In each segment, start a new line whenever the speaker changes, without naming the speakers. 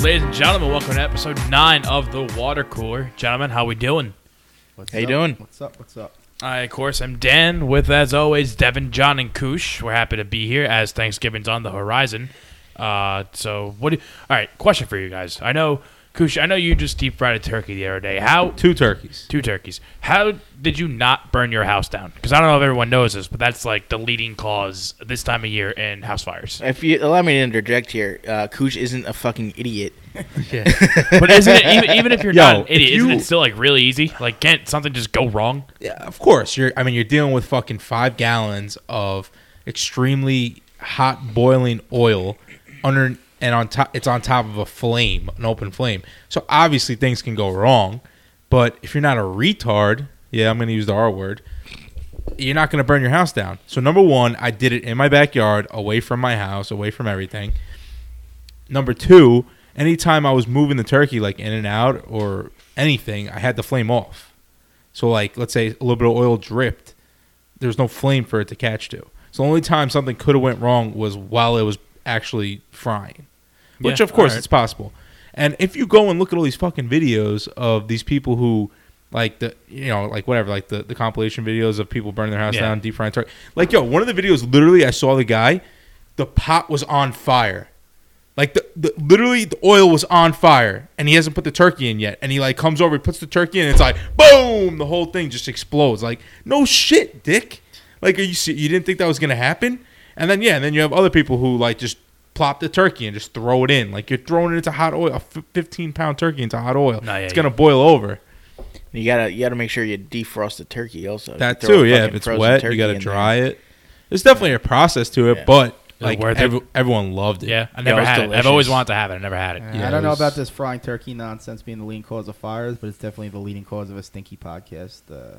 ladies and gentlemen. Welcome to episode nine of the Water Cooler. Gentlemen, how we doing?
What's
How you
up?
doing?
What's up? What's up?
I, of course, I'm Dan. With as always, Devin, John, and Koosh. We're happy to be here as Thanksgiving's on the horizon. Uh, so what? Do, all right, question for you guys. I know, Koosh. I know you just deep fried a turkey the other day. How
Two turkeys.
two turkeys? How did you not burn your house down? Because I don't know if everyone knows this, but that's like the leading cause this time of year in house fires.
If you allow me to interject here, uh, Koosh isn't a fucking idiot.
But isn't it even, even if you're
Yo,
not an idiot,
if
isn't it
you-
still like really easy? Like can't something just go wrong?
Yeah, of course. You're. I mean, you're dealing with fucking five gallons of extremely hot boiling oil under and on top. It's on top of a flame, an open flame. So obviously things can go wrong. But if you're not a retard, yeah, I'm gonna use the R word. You're not gonna burn your house down. So number one, I did it in my backyard, away from my house, away from everything. Number two, anytime I was moving the turkey like in and out or anything, I had the flame off. So like let's say a little bit of oil dripped, there's no flame for it to catch to. So the only time something could have went wrong was while it was actually frying. Which
Yeah,
of course
alright.
it's possible. And if you go and look at all these fucking videos of these people who like the you know, like whatever, like the, the compilation videos of people burning their house
Yeah.
down, deep frying turkey. Like yo, one of the videos literally I saw the guy, the pot was on fire. Like the, the literally the oil was on fire and he hasn't put the turkey in yet. And he like comes over, he puts the turkey in, and it's like boom, the whole thing just explodes. Like, no shit, dick. Like are you se- you didn't think that was gonna happen? And then yeah, and then you have other people who like just plop the turkey and just throw it in. Like you're throwing it into hot oil, a f- fifteen pound turkey into hot oil.
Nah, yeah,
it's gonna boil over.
You gotta you gotta make sure you defrost the turkey also.
That
You throw
too,
a
yeah.
fucking
If it's
frozen
wet, you
turkey
gotta
in there.
dry it. There's definitely a process to it,
Yeah.
but
it
like
worth it?
every, everyone loved it.
Yeah, I
Yeah,
never
it was
had it. I've
delicious.
always wanted to have it. I never had it.
Yeah,
Uh, I don't know
it was-
about this frying turkey nonsense being the leading cause of fires, but it's definitely the leading cause of a stinky podcast. Uh,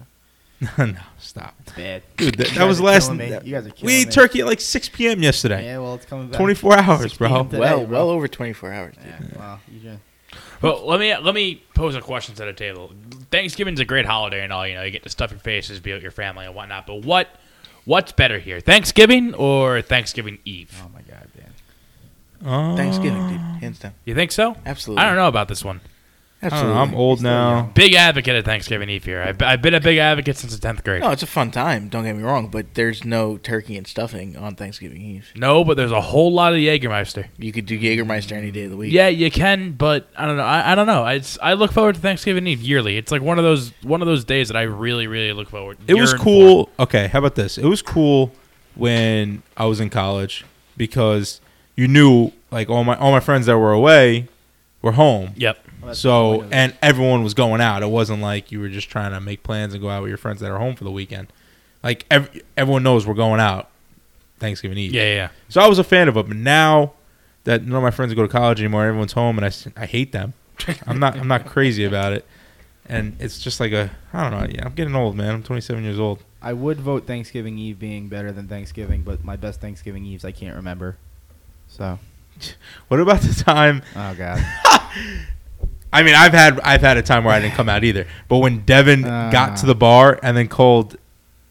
no, stop.
it's bad.
Dude, that,
You
that
guys
was
are
last.
killing me. You guys are killing
we ate
me.
turkey at like 6 p.m. yesterday.
Yeah, well, it's coming back.
24 hours,
6
bro.
p.m. today,
Well,
bro.
well over twenty four hours. Dude.
Yeah, wow, you just-
Well, let me let me pose a question to the table. Thanksgiving's a great holiday and all. You know, you get to stuff your faces, be with your family and whatnot. But what what's better here, Thanksgiving or Thanksgiving Eve?
Oh my god, man.
Uh,
Thanksgiving, dude. Hands down.
You think so?
Absolutely.
I don't know about this one.
I don't know,
Absolutely.
Uh, I'm old now.
Big advocate of Thanksgiving Eve here. I've, I've been a big advocate since the tenth
Oh.
grade.
No, it's a fun time. Don't get me wrong, but there's no turkey and stuffing on Thanksgiving Eve.
No, but there's a whole lot of Jägermeister.
You could do Jägermeister any day of the week.
Yeah, you can, but I don't know. I, I don't know. It's I look forward to Thanksgiving Eve yearly. It's like one of those one of those days that I really really look forward.
It was
yearn for.
cool. Okay, how about this? It was cool when I was in college because you knew like all my all my friends that were away were home.
Yep.
Well, Oh, that's the
So
point of it.
and everyone was going out. It wasn't like you were just trying to make plans and go out with your friends that are home for the weekend. Like ev everyone knows we're going out Thanksgiving Eve.
Yeah, yeah. yeah.
So I was a fan of it, but now that none of my friends go to college anymore, everyone's home, and I, s- I hate them. I'm not I'm not crazy about it, and it's just like a I don't know. Yeah, I'm getting old, man. I'm 27 years old.
I would vote Thanksgiving Eve being better than Thanksgiving, but my best Thanksgiving Eves I can't remember. So,
What about the time?
oh god,
I mean, I've had I've had a time where I didn't come out either. But when Devin got to the bar and then called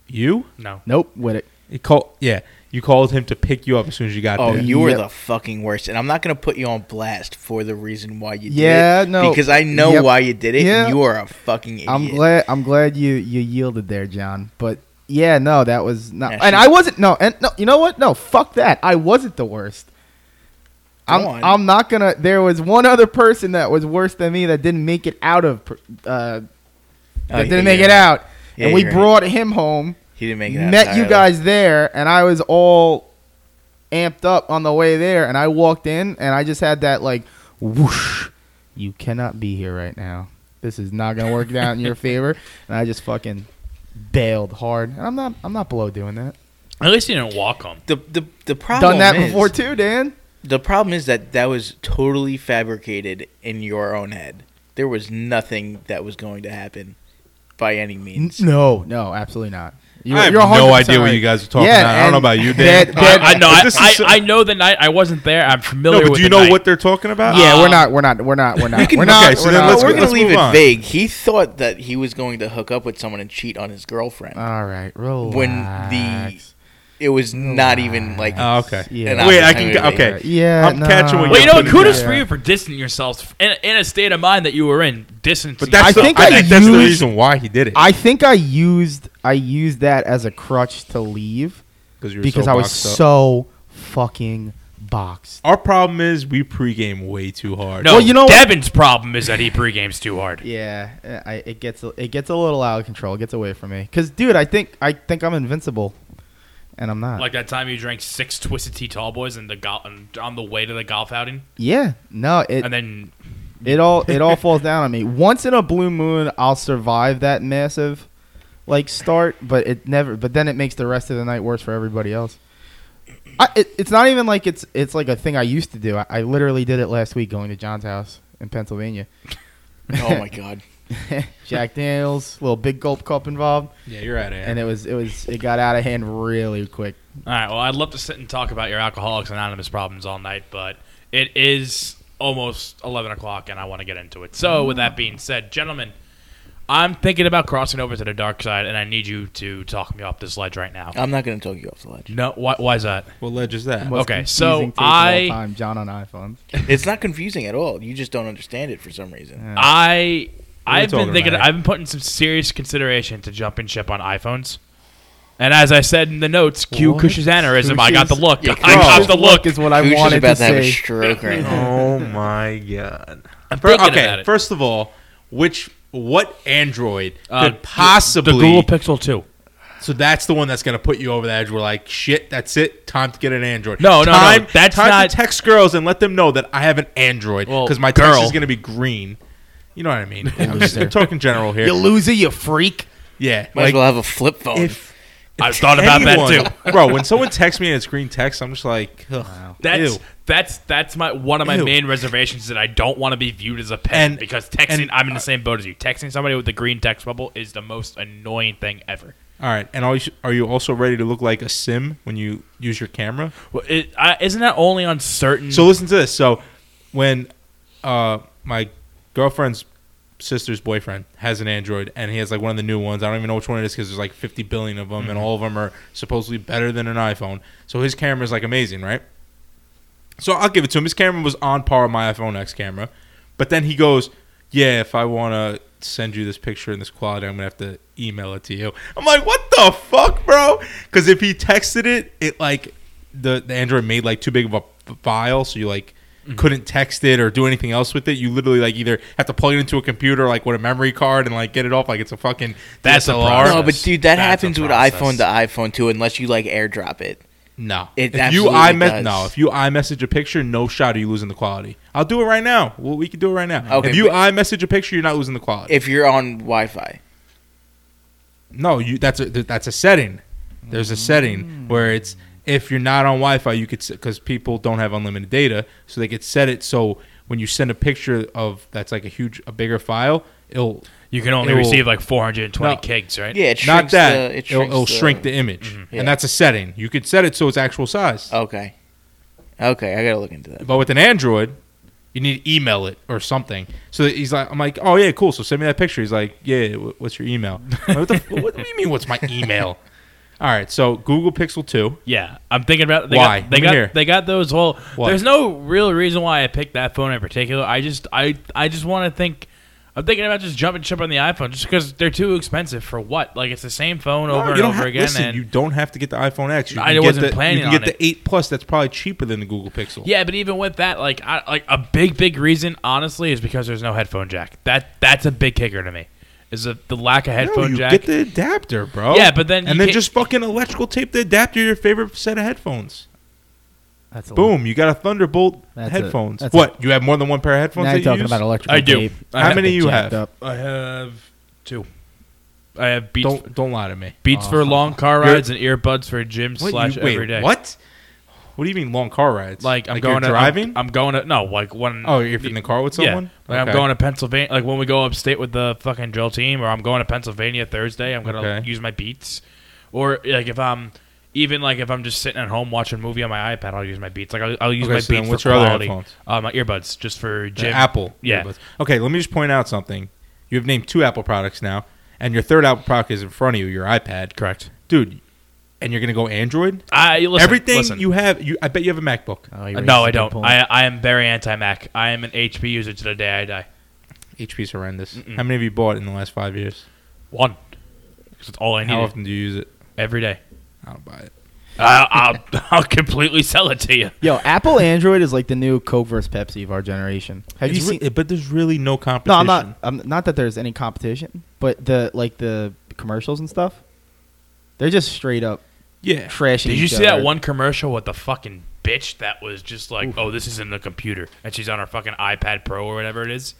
you,
No.
nope, with it.
he called yeah, you called him to pick you up as soon as you got
Oh,
there.
you were
Yep.
the fucking worst, and I'm not gonna put you on blast for the reason why you did
Yeah,
it.
no.
because I know
Yep.
why you did it.
Yeah.
and You are a fucking idiot.
I'm glad. I'm glad you you yielded there, John. But yeah, no, that was not.
Yeah,
and
she-
I wasn't. No, and no. You know what? No, fuck that. I wasn't the worst. I'm.
Go on.
I'm not gonna. There was one other person that was worse than me that didn't make it out of. pr- Uh, that
Oh,
didn't
yeah,
make
yeah.
it out,
Yeah,
and we
you're right.
brought him home.
He didn't make it. out
Met you
entirely.
guys there, and I was all amped up on the way there, and I walked in, and I just had that like whoosh. You cannot be here right now. This is not gonna work out in your favor, and I just fucking bailed hard. And I'm not. I'm not below doing that.
At least you didn't walk home.
The the the problem
Done that
is-
before too, Dan.
The problem is that that was totally fabricated in your own head. There was nothing that was going to happen by any means.
No, no, absolutely not. You're,
I have
you're
no
100%
idea what
right.
you guys are talking
Yeah,
about. I don't
and
know about you,
that-
Dan.
that-
I, I know.
If
I,
this
I,
is-
I know the night. I wasn't there. I'm familiar
No, but
with.
do you
the
know
night.
what they're talking about?
Yeah.
yeah,
uh,
we're not. We're not. We're not. We're not.
can-
We're not.
okay, so
we're
then
not-
let's
we're
go-
going to leave
move
it
on.
vague. He thought that
Uh,
he was going to hook up with someone and cheat on his girlfriend.
All right, relax.
When the It was not even like
Oh, okay.
Yeah.
an
Wait, I can-
opportunity.
okay.
Yeah,
I'm catching what
Well, you
you're
know,
putting
kudos
down.
for you for distancing yourself in, in a state of mind that you were in. Distancing.
But that's
I
the,
think
I
I
think that's the
used-
reason why he did it.
I think I used I used that as a crutch to leave
you were
because
so
I was
boxed up.
so fucking boxed.
Our problem is we pregame way too hard.
no,
Well, you know what-
Devin's problem is that he pre-games too hard.
Yeah, uh, I, it gets it gets a little out of control. It gets away from me. Cause, dude, I think I think I'm invincible, and I'm not.
Like that time you drank six Twisted Tea Tall Boys in the gol- and on the way to the golf outing,
yeah, no, it
and then
it all it all falls down on me. Once in a blue moon, I'll survive that massive like start, but it never. But then it makes the rest of the night worse for everybody else. I, it, it's not even like it's it's like a thing I used to do. I, I literally did it last week going to John's house in Pennsylvania.
Oh my god.
Jack Daniels, little big gulp cup involved,
Yeah, you're out of
and it was it was it got out of hand really quick.
All right. Well, I'd love to sit and talk about your Alcoholics Anonymous problems all night, but it is almost 11 o'clock and I want to get into it. So, with that being said, gentlemen, I'm thinking about crossing over to the dark side and I need you to talk me off this ledge right now.
I'm not gonna talk you off the ledge.
No, why, why is that?
What ledge is that?
Most
Okay, so
confusing taste of all
I-
time, John on iPhone.
It's not confusing at all. You just don't understand it for some reason.
I.
are you
I've been
talking
thinking.
about?
I've been putting some serious consideration to jumping ship on iPhones, and as I said in the notes, Q
What?
Cush's aneurysm. I got the
Cush's-
look.
Yeah,
I got
Just
the look.
is what I
Gooch is
wanted
about
to
to, have a
say.
stroke right now.
oh my god.
I'm thinking
okay,
about it.
first of all, which what Android
Uh,
could possibly?
the Google Pixel Two.
so that's the one that's gonna put you over the edge. We're like, shit, that's it. Time to get an Android.
No, no, no,
time,
that's
time
not-
to text girls and let them know that I have an Android
Well,
because my text
girl.
is gonna be green. You know what I mean? I'm just we're talking general here.
loser, you freak.
yeah,
Might as well have a flip phone.
if
I've thought about that too.
too, bro. When someone texts me and it's green text, I'm just like, ugh,
That's
ew.
that's that's my one of my
Ew.
main reservations is that I don't want to be viewed as a pet
And-
because texting
and-
I'm in the same boat as you. Texting somebody with the green text bubble is the most annoying thing ever.
All right, and are you, are you also ready to look like a sim when you use your camera?
Well, it, I, isn't that only on certain?
So listen to this. So when uh, my girlfriend's sister's boyfriend has an Android and he has like one of the new ones. I don't even know which one it is because there's like 50 billion of them and all of them are supposedly better than an iPhone. So his camera is like amazing, right? So I'll give it to him. His camera was on par with my iPhone X camera, but then he goes, "Yeah, if I want to send you this picture in this quality, I'm gonna have to email it to you." I'm like, "What the fuck, bro?" Because if he texted it, it like the the Android made like too big of a f- file, so you like
Mm-hmm.
couldn't text it or do anything else with it. You literally like either have to plug it into a computer, like with a memory card, and like get it off like it's a fucking
That's a
DSLR.
process.
no, but dude, that
That's a
happens with
process.
iPhone to iPhone too, unless you like airdrop it.
No.
It
if you
absolutely
I me-
does.
no, if you I message a picture, no shot are you losing the quality. I'll do it right now. Well, we can do it right now.
Okay,
if you
but-
I message a picture, you're not losing the quality.
If you're on Wi-Fi,
no, you that's a that's a setting. There's a setting where it's if you're not on Wi-Fi, you could because people don't have unlimited data, so they could set it so when you send a picture of that's like a huge a bigger file, it'll
you can only
It will-
receive like 420
No.
gigs, right?
yeah, it
not
shrinks
that
The, it
it'll,
shrinks
it'll
the, Mm-hmm.
shrink the image,
Yeah.
and that's a setting. You could set it so it's actual size.
Okay, okay, I gotta look into that.
But with an Android, you need to email it or something. So that he's like, I'm like, oh yeah, cool. So send me that picture. He's like, yeah, wh- what's your email? I'm like, what, the, f- what do you mean? What's my email? All right, so Google Pixel Two.
Yeah, I'm thinking about they
Why?
Got, they
Let me
got
hear.
they got those. Well,
What?
there's no real reason why I picked that phone in particular. I just I I just want to think. I'm thinking about just jumping ship on the iPhone just because they're too expensive for what? Like it's the same phone over
No,
and
you don't
over
have,
again.
listen,
and
you don't have to get the iPhone X. You
I
can get
wasn't
the,
planning
You can
on
get the Eight Plus. That's probably cheaper than the Google Pixel.
Yeah, but even with that, like, I, like a big, big reason, honestly, is because there's no headphone jack. That that's a big kicker to me, is the, the lack of
No,
headphone
you
jack.
get the adapter, bro.
Yeah, but then you
and then
can't-
just fucking electrical tape the adapter to your favorite set of headphones.
That's a
Boom, you got a Thunderbolt
That's a-
headphones.
that's a-
what? you have more than one pair of headphones?
Now
that
you're
you
talking
use?
about electrical
I do.
tape.
I
How
have
many
it
you
jacked
have?
up.
I have two. I have beats
Don't don't lie to me.
beats for long car
You're-
rides and earbuds for gym
What,
slash
you- wait,
every day.
What? What do you mean long car rides?
Like I'm
you're
going to
driving.
I'm, I'm going to no like when
oh, if you're in the car with someone.
Yeah, like I'm going to Pennsylvania. Like when we go upstate with the fucking drill team, or I'm going to Pennsylvania Thursday. I'm gonna
Okay.
use my Beats, or like if I'm even like if I'm just sitting at home watching a movie on my iPad, I'll use my Beats. Like I'll, I'll use
Okay,
my
so then
Beats
what's
for
your other
quality.
headphones?
Uh, my earbuds just for
The
gym.
Apple.
Yeah.
earbuds. Okay, let me just point out something. You have named two Apple products now, and your third Apple product is in front of you. Your iPad.
Correct.
Dude, and you're gonna go Android.
I listen,
Everything
listen.
you have, you I bet you have a MacBook.
Oh, you
Uh,
raised
No,
a
I
good
don't.
point.
I, I am very anti Mac. I am an HP user to the day I die.
HP's horrendous. How many of you bought in the last five years?
One. 'Cause it's all I
How
need
often do you use it?
every day.
I don't buy it.
I, I'll, I'll completely sell it to you.
Yo, Apple Android is like the new Coke versus Pepsi of our generation. Have
It's
you seen?
re- but there's really no
no,
competition.
I'm not. I'm not that there's any competition, but the like the commercials and stuff, they're just straight up
Yeah.
trashing.
Did you
each
see that
other.
one commercial with the fucking bitch that was just like, oh, this isn't a computer, and she's on her fucking iPad Pro or whatever it is?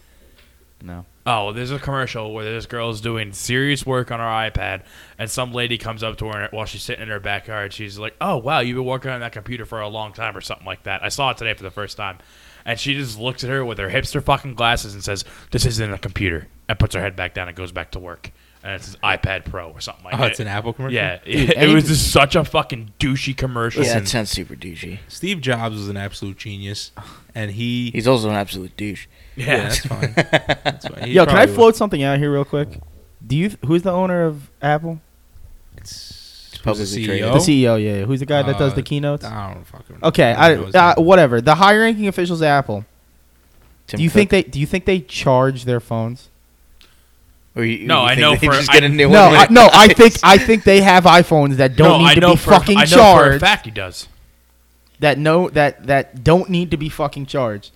No.
Oh, there's a commercial where this girl's doing serious work on her iPad, and some lady comes up to her while she's sitting in her backyard. She's like, "Oh wow, you've been working on that computer for a long time, or something like that." I saw it today for the first time, and she just looks at her with her hipster fucking glasses and says, "This isn't a computer," and puts her head back down and goes back to work. And it's an iPad Pro or something like
Oh,
that.
it's an Apple commercial.
Yeah,
Dude,
it, it was
anything-
just such a fucking douchey commercial.
Yeah, that sounds super douchey.
Steve Jobs was an absolute genius, and he.
He's also an absolute douche.
yeah,
Yeah.
that's fine. That's fine. He
Yo, can I
probably
float something out here real quick? Do you? Who's the owner of Apple?
was- It's
publicly
who's the
traded.
CEO?
The CEO, yeah. yeah. Who's the guy that does
Uh,
the keynotes?
I don't fucking.
Okay,
I
I,
don't know his name.
uh, whatever. The high ranking officials at Apple.
Tim
do you think they? Do you think they charge their phones?
Or you,
No,
you
I
think
know
they
for-
just get
I-
a new
No,
one
I,
with-
no. I think I think they have iPhones that don't
no,
need
I
to
know
be
for,
fucking
I know for a
charged.
fact he does.
that no that that don't need to be fucking charged.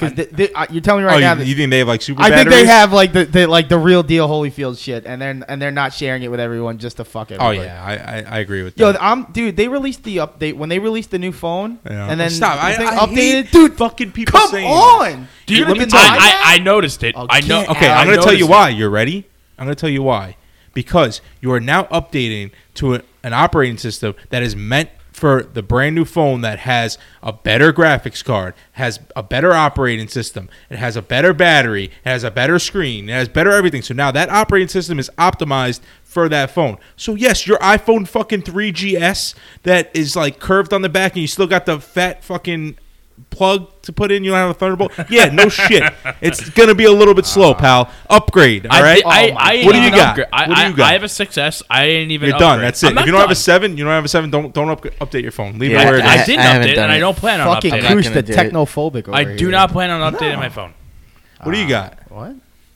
Because uh, you're telling me
oh,
right now
you,
that
you think they have like super?
I think they
batteries?
have like the, the like the real deal Holyfield shit, and they're and they're not sharing it with everyone just to fuck
Oh
everybody.
yeah, I, I, I agree with
Yo,
that.
I'm dude. They released the update when they released the new phone,
Yeah.
and then
Stop,
the
I-
thing
I
updated.
hate
dude,
fucking people
come
saying that.
on.
Dude,
You're
let me
gonna
tell you,
deny that?
I, I, I noticed it.
Oh,
I know.
get
Okay,
Okay,
I
I'm going to tell
noticed
you
it.
why. You're ready? I'm going to tell you why. Because you are now updating to a, an operating system that is meant for the brand new phone that has a better graphics card, has a better operating system, it has a better battery, it has a better screen, it has better everything. So now that operating system is optimized for that phone. So yes, your iPhone fucking 3GS that is like curved on the back and you still got the fat fucking plug to put in you don't have a thunderbolt yeah no shit it's gonna be a little bit slow pal upgrade all
I
right
did- I,
Oh my
I,
God. What do
didn't
you
even
got?
upgrade. I,
What do
I-
you got?
I have a success. I didn't even.
you're done
upgrade.
that's it
I'm
if
not
you don't have a
done.
seven you don't have a seven don't don't up, update your phone leave
Yeah,
it where it
I,
is
I didn't
I haven't
update, it,
done
and I
it.
don't plan on
fucking
updating.
I'm not
it.
Koosh,
gonna
the
do it.
technophobic. Over
I
here.
do not plan on updating my phone.
what do you got
What?
what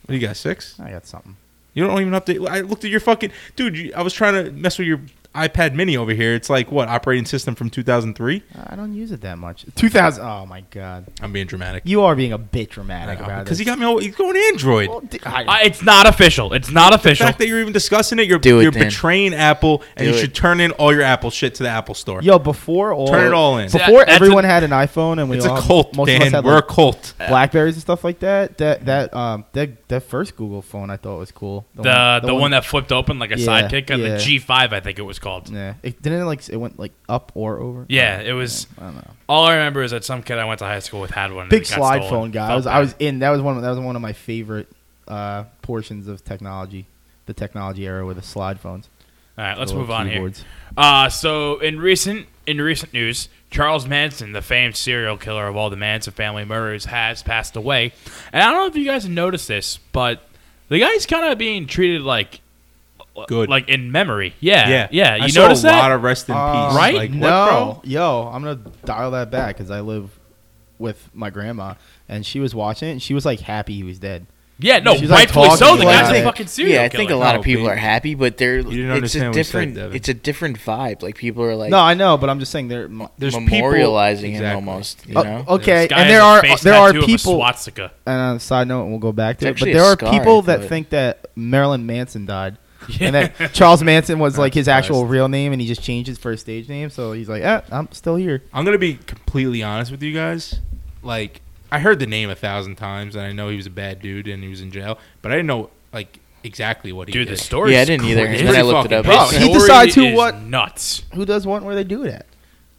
do you got six
I got something.
you don't even update i looked at your fucking dude you, i was trying to mess with your ipad mini over here it's like what operating system from 2003
I don't use it that much. Two thousand. Oh my god.
i'm being dramatic
You are being a bit dramatic about it.
because he got me all, he's going android
Well, d- I-
I, it's not official. It's not
the
official.
fact that you're even discussing it, you're,
Do it,
you're
Dan.
betraying Apple, and
Do
you
it.
should turn in all your Apple shit to the Apple Store.
Yo, before all,
Turn it all in.
See,
Before
that- that's
everyone
a-
had an iPhone, and we
it's
all
a cult,
most of us
Dan.
had
We're
like
a cult.
Blackberries and stuff like that. That that um that that first Google phone I thought was cool.
the the, one, that flipped open like a
Yeah,
sidekick on the
yeah.
G5, I think it was called. Yeah.
yeah, it didn't it like it went like up or over. Uh,
it was.
I don't know.
All I remember is that some kid I went to high school with had one. and
Big
it got
slide
stolen.
phone guy. I
Felt
was, I
bad.
was in. That was one. Of, that was one of my favorite uh, portions of technology. The technology era with the slide phones.
All right, let's
The
move
little
on here.
keyboards.
Uh, so in recent in recent news, Charles Manson, the famed serial killer of all the Manson family murders, has passed away. And I don't know if you guys have noticed this, but the guy's kind of being treated like
Good.
like in memory. Yeah, yeah, yeah. You
I saw
notice
a lot
that?
of rest in
Uh,
peace.
Right?
Like, what,
no,
bro?
yo, I'm gonna dial that back because I live with my grandma, and she was watching it. And she was like happy he was dead.
yeah, no,
She's, like,
rightfully so.
talking
The
like
guy's a
that.
fucking serial
Yeah, I
killer.
think a lot
Oh,
of people
Pete.
are happy, but they're
didn't
it's
understand
a
what he said,
different
Devin.
it's a different vibe. Like people are like
No, I know, but I'm just saying there.
There's people-
memorializing
Exactly.
him almost. You
Oh,
know,
okay,
This guy
and there
has a
are
face
there are
tattoo of a
people.
swastika.
And on a side note, and we'll go back to
It's
it. But
actually
there
a
are
scar,
people
I
that
thought.
think that Marilyn Manson died,
Yeah.
and that Charles Manson was like his actual
surprised.
real name, and he just changed it for his stage name. So he's like, eh, I'm still here.
I'm gonna be completely honest with you guys. Like, I heard the name a thousand times, and I know he was a bad dude and he was in jail, but I didn't know like exactly what he
Dude, the
did.
story.
Yeah, I
is
didn't either.
crazy.
And then I looked it up.
His
Oh, he
story
decides who
is
what-
Nuts.
Who does what? and Where they do it at?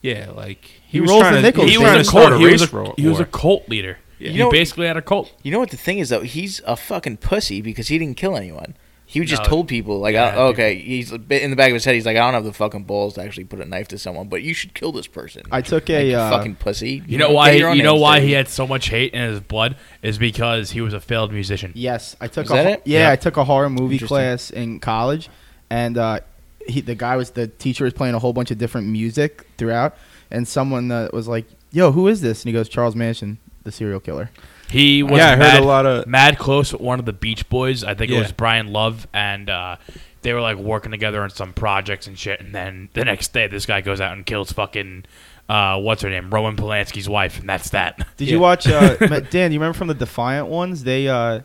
yeah, like
He rolls
trying
the
to-
Oh,
nickels,
He
He
dude.
was trying
was a
to start a
cult. He
race
was a,
war.
he was a cult leader.
You
he
know-
basically had a cult.
You know what the thing is though? He's a fucking pussy because he didn't kill anyone. He just
No.
told people like,
Yeah,
oh,
dude.
okay, he's a bit in the back of his head. He's like, I don't have the fucking balls to actually put a knife to someone, but you should kill this person.
I took
Like,
a
you
uh,
fucking pussy.
You know why?
Yeah, your own
You know
name's
why
dirty.
he had so much hate in his blood is because he was a failed musician.
Yes, I took
Is
a
that
ho-
it?
yeah,
Yeah.
I took a horror movie
Interesting.
class in college, and uh, he, the guy was the teacher was playing a whole bunch of different music throughout, and someone uh, was like, "Yo, who is this?" And he goes, "Charles Manson, the serial killer."
He was
Yeah, I heard
mad,
a lot of-
mad close with one of the Beach Boys. I think it
Yeah.
was Brian Love, and uh, they were like working together on some projects and shit. And then the next day, this guy goes out and kills fucking uh, what's her name, Roman Polanski's wife, and that's that.
Did
Yeah.
you watch uh, Ma- Dan? You remember from the Defiant ones? They uh,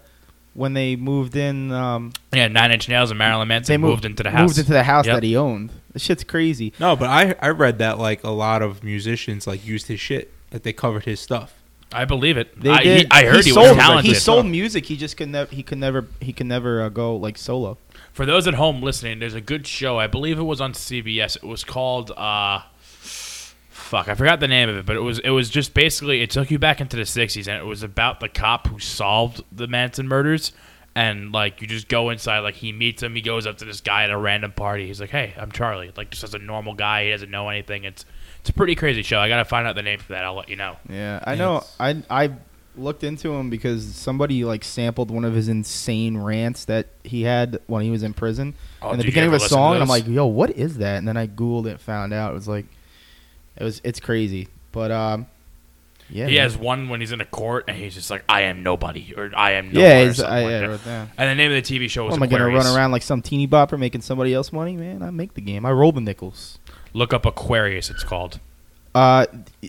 when they moved in, um,
yeah, Nine Inch Nails and Marilyn Manson
they
moved,
moved,
into the house.
Moved into the house
Yep.
that he owned. This shit's crazy.
No, but I I read that like a lot of musicians like used his shit that they covered his stuff.
I believe it.
They
I,
did.
he, I heard he,
sold,
was talented.
He sold music. He just could never. He could never. He could never uh, go like solo.
For those at home listening, there's a good show. I believe it was on CBS. It was called uh fuck, I forgot the name of it, but it was it was just basically it took you back into the 60s and it was about the cop who solved the Manson murders and like you just go inside like he meets him, he goes up to this guy at a random party. He's like, "Hey, I'm Charlie." Like just as a normal guy, he doesn't know anything. It's it's a pretty crazy show. I got to find out the name for that. I'll let you know.
Yeah, I know. I I looked into him because somebody like sampled one of his insane rants that he had when he was in prison
Oh,
in the
did you
beginning
ever
of a
listen to
song, and I'm
those?
like, "Yo, what is that?" And then I googled it, found out it was like, it was it's crazy. But um, yeah,
He
man.
has one when he's in a court and he's just like, "I am nobody" or "I am no
yeah,
yeah,
it's, I, yeah, I wrote down.
And the name of the TV show was
What am I gonna
Aquarius.
run around like some teeny bopper making somebody else money, man? I make the game. I roll the nickels.
Look up Aquarius. It's called.
Uh,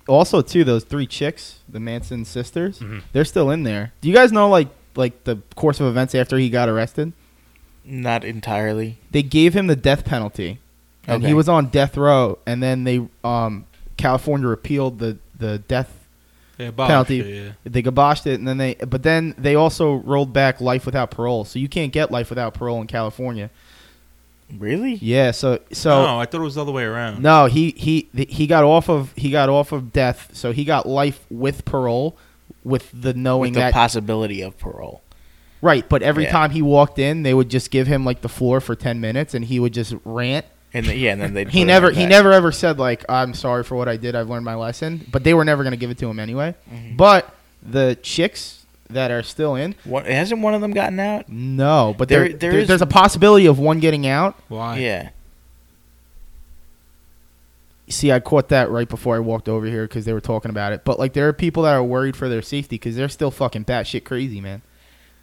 also too, those three chicks, the Manson sisters,
Mhm.
they're still in there. Do you guys know like like the course of events after he got arrested?
Not entirely.
They gave him the death penalty, and he
Okay.
was on death row. And then they um California repealed the the death.
Yeah,
Penalty. They gaboshed it, and then they but then they also rolled back life without parole, so you can't get life without parole in California.
Really?
Yeah, so so
no, I thought it was the other way around.
No, he he th- he got off of he got off of death, so he got life with parole, with the knowing
With the
that
possibility of parole.
right. But every
Yeah.
time he walked in, they would just give him like the floor for ten minutes, and he would just rant.
And the, yeah, and then they
He never he never ever said like I'm sorry for what I did. I've learned my lesson. But they were never gonna give it to him anyway.
Mm-hmm.
But the chicks that are still in,
One, hasn't one of them gotten out?
no. But
There-
there,
there
there-
is-
there's a possibility of one getting out.
Why?
Yeah.
see i caught that right before i walked over here because they were talking about it but like there are people that are worried for their safety because they're still fucking batshit crazy man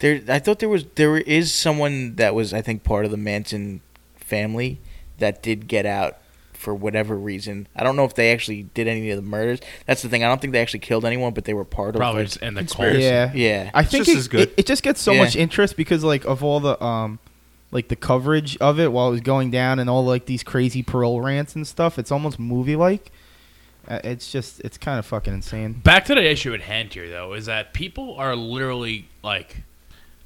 There, I thought there was there is someone that was I think part of the Manson family that did get out for whatever reason. I don't know if they actually did any of the murders. That's the thing. I don't think they actually killed anyone, but they were part
Probably
of.
just in the
Conspiracy.
cold.
yeah
Like, yeah.
i think
just
it,
as good.
It, it just gets so
Yeah.
much interest because like of all the um like the coverage of it while it was going down and all like these crazy parole rants and stuff it's almost movie like uh, it's just it's kind of fucking insane
Back to the issue at hand here, though, is that people are literally like,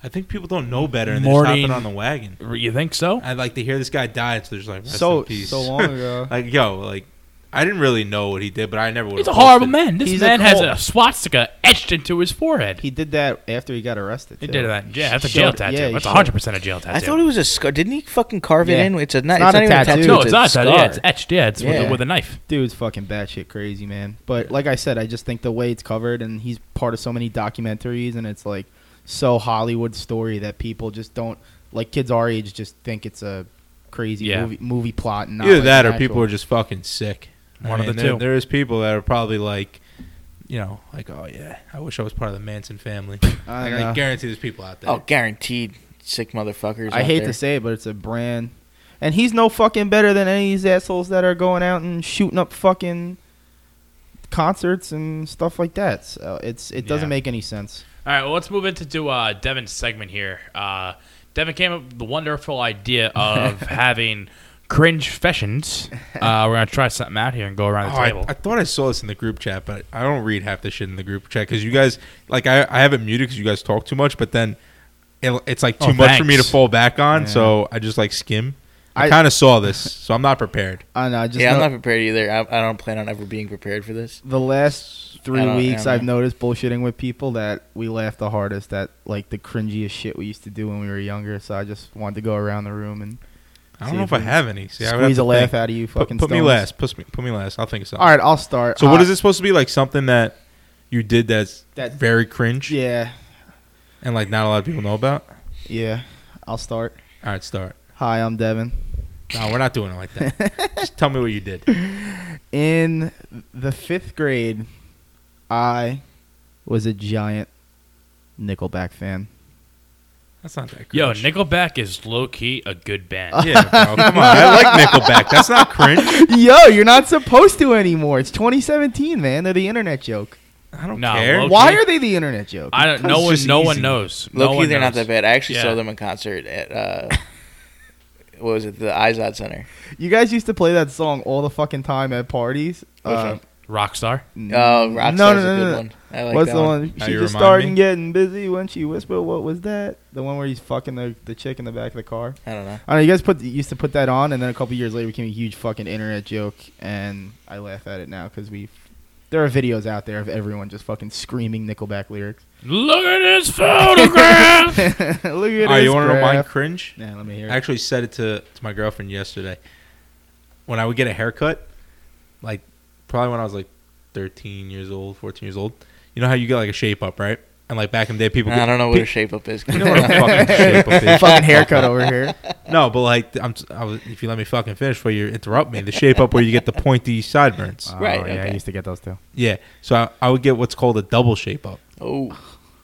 I think people don't know better and they're just
Morning.
hopping on the wagon.
you think so?
I like to hear this guy died, so there's like rest
so
in peace.
so long ago
like yo, like I didn't really know what he did, but I never would.
He's a horrible man. This
He's a
man has a
cult.
swastika etched into his forehead. He,
he did that after he got arrested too.
did that. Yeah, that's a
Showed-
jail tattoo.
yeah, he
that's
showed-
100% a jail tattoo.
I thought it was a scar. Didn't he fucking carve
Yeah.
it in? It's a not,
It's
it's
not
not
a
even
tattoo.
a tattoo.
no,
it's,
it's
a
not.
Scar.
Yeah, it's etched. Yeah, it's With,
Yeah.
a, with a knife.
dude's fucking batshit crazy, man. But like I said, I just think the way it's covered, and he's part of so many documentaries, and it's like so Hollywood story that people just don't like. Kids our age just think it's a crazy
Yeah.
movie, movie plot, and not
Either
like
that,
an
or people
actual-
are just fucking sick.
One of the
there-
two.
There is people that are probably like, you know, like oh yeah, I wish I was part of the Manson family.
I
Like,
don't know.
I guarantee there's people out there.
Oh, guaranteed, sick motherfuckers.
I
out
hate
there.
to say it, but it's a brand, and he's no fucking better than any of these assholes that are going out and shooting up fucking concerts and stuff like that. So it's it doesn't
Yeah.
make any sense.
All right, well, let's move into to, uh, Devin's segment here. Uh, Devin came up with the wonderful idea of having cringe fashions. Uh, we're going to try something out here and go around
Oh,
the
I,
table.
I thought I saw this in the group chat, but I don't read half the shit in the group chat because you guys, like, I, I have it muted because you guys talk too much, but then it, it's like too
Oh,
much for me to
thanks.
fall back on,
Yeah.
so I just like skim. I,
I-
kind of saw this, so I'm not prepared.
I don't know. I Just
yeah,
know-
I'm not prepared either. I, I don't plan on ever being prepared for this.
the last
I
three
don't- I
weeks
don't
I've
know.
noticed bullshitting with people that we laugh the hardest at like the cringiest shit we used to do when we were younger. So I just wanted to go around the room and
I don't
See
know
if
if I
we-
have any. See, I would have
squeeze a
to
laugh
think.
out of you
Put,
fucking
put me
stones.
last. Put me, put me last. I'll think of something.
All right, I'll start.
So, what
Uh,
is it supposed to be like? Something that you did that's
That-
very cringe
Yeah,
and like not a lot of people know about.
yeah. I'll start.
All right, start.
Hi, I'm Devin.
No, we're not doing it like that. Just tell me what you did.
In the fifth grade, I was a giant Nickelback fan.
That's not that. Cringe.
Yo, Nickelback is low key a good band.
Yeah, bro. Come on. I like Nickelback. That's not cringe.
Yo, you're not supposed to anymore. It's 2017, man. They're the internet joke.
I don't
Nah,
care.
low-
Why are they the internet joke?
I don't.
Because
No
it's
one.
just
No one
easy.
knows.
Low
no
key,
one
they're not
knows.
that bad. I actually
Yeah.
saw them in concert at uh, what was it, the Izod Center?
you guys used to play that song all the fucking time at parties.
Which
Uh,
one?
Rockstar.
Oh, Rockstar's
no, no,
a
no,
good
no.
one. I like
What's
that
the
one.
one?
Now
She
you
just
remind
started
me.
getting busy when she whispered, "What was that?" The one where he's fucking the, the chick in the back of the car.
I don't know.
I don't know. You guys put used to put that on, and then a couple years later became a huge fucking internet joke, and I laugh at it now because we. There are videos out there of everyone just fucking screaming Nickelback lyrics.
Look at this photograph.
Look at All
All right, you want to know my cringe?
Nah, let me hear
I actually said it to, to my girlfriend yesterday. When I would get a haircut, like probably when I was like 13 years old, 14 years old, you know how you get like a shape up, right? And like back in the day, people.
I
get-
don't know what
pe-
a shape up is.
You know what a fucking shape up
it.
is.
fucking haircut over here.
No, but like I'm, I was, if you let me fucking finish before you interrupt me, the shape up where you get the pointy sideburns.
Right,
Oh, yeah, I
okay.
used to get those too.
Yeah, so I, I would get what's called a double shape up.
oh,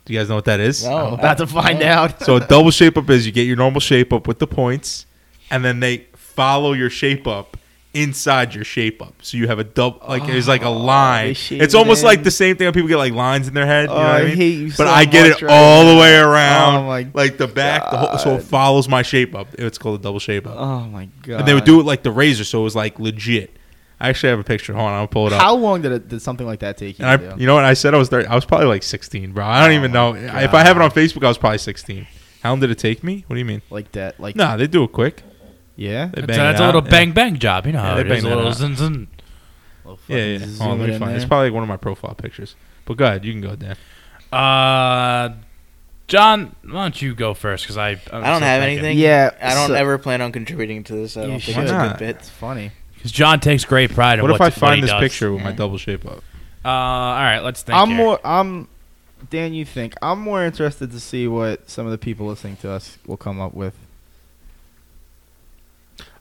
Do you guys know what that is?
no,
I'm about to find
oh.
out.
So a double shape up is you get your normal shape up with the points, and then they follow your shape up inside your shape up. So you have a double like there's like a
Oh,
line.
shape
It's
it
almost like
in.
the same thing when people get like lines in their head. You
Oh,
know what
I
I mean?
hate you
but
so
I get
much
it
right
all the way
Oh,
around,
my
like the back, the whole, so it follows my shape up. It's called a double shape up.
Oh my god.
And they would do it like the razor, so it was like legit. I actually have a picture. Hold on, I'll pull it up.
How long did it did something like that take you?
and I,
to do?
you know what I said? I was thir I was probably like 16, bro. I don't even
Oh
know. If I have it on Facebook, I was probably 16. How long did it take me? What do you mean?
like that, like
Nah, they do it quick.
yeah.
They
That's,
bang
that's
it
a little
out.
bang bang job. You know
Yeah,
how
they
it is. A
bang that
little
out.
zin zin.
Yeah, yeah. yeah. Hold on, let me find. It's
probably
probably one of my profile pictures. But go ahead, you can go, Dan.
Uh, John, why don't you go first? Because I
I don't have anything.
Yeah,
I don't
so-
ever plan on contributing to this. I
You
don't think
should.
it's a
Why
good
not?
bit.
it's funny.
Because John takes great pride in
What
what,
if I
th- what he
find this
does.
picture with my double shape up?
Uh, all right, let's think.
I'm
here.
more. I'm Dan. You think I'm more interested to see what some of the people listening to us will come up with.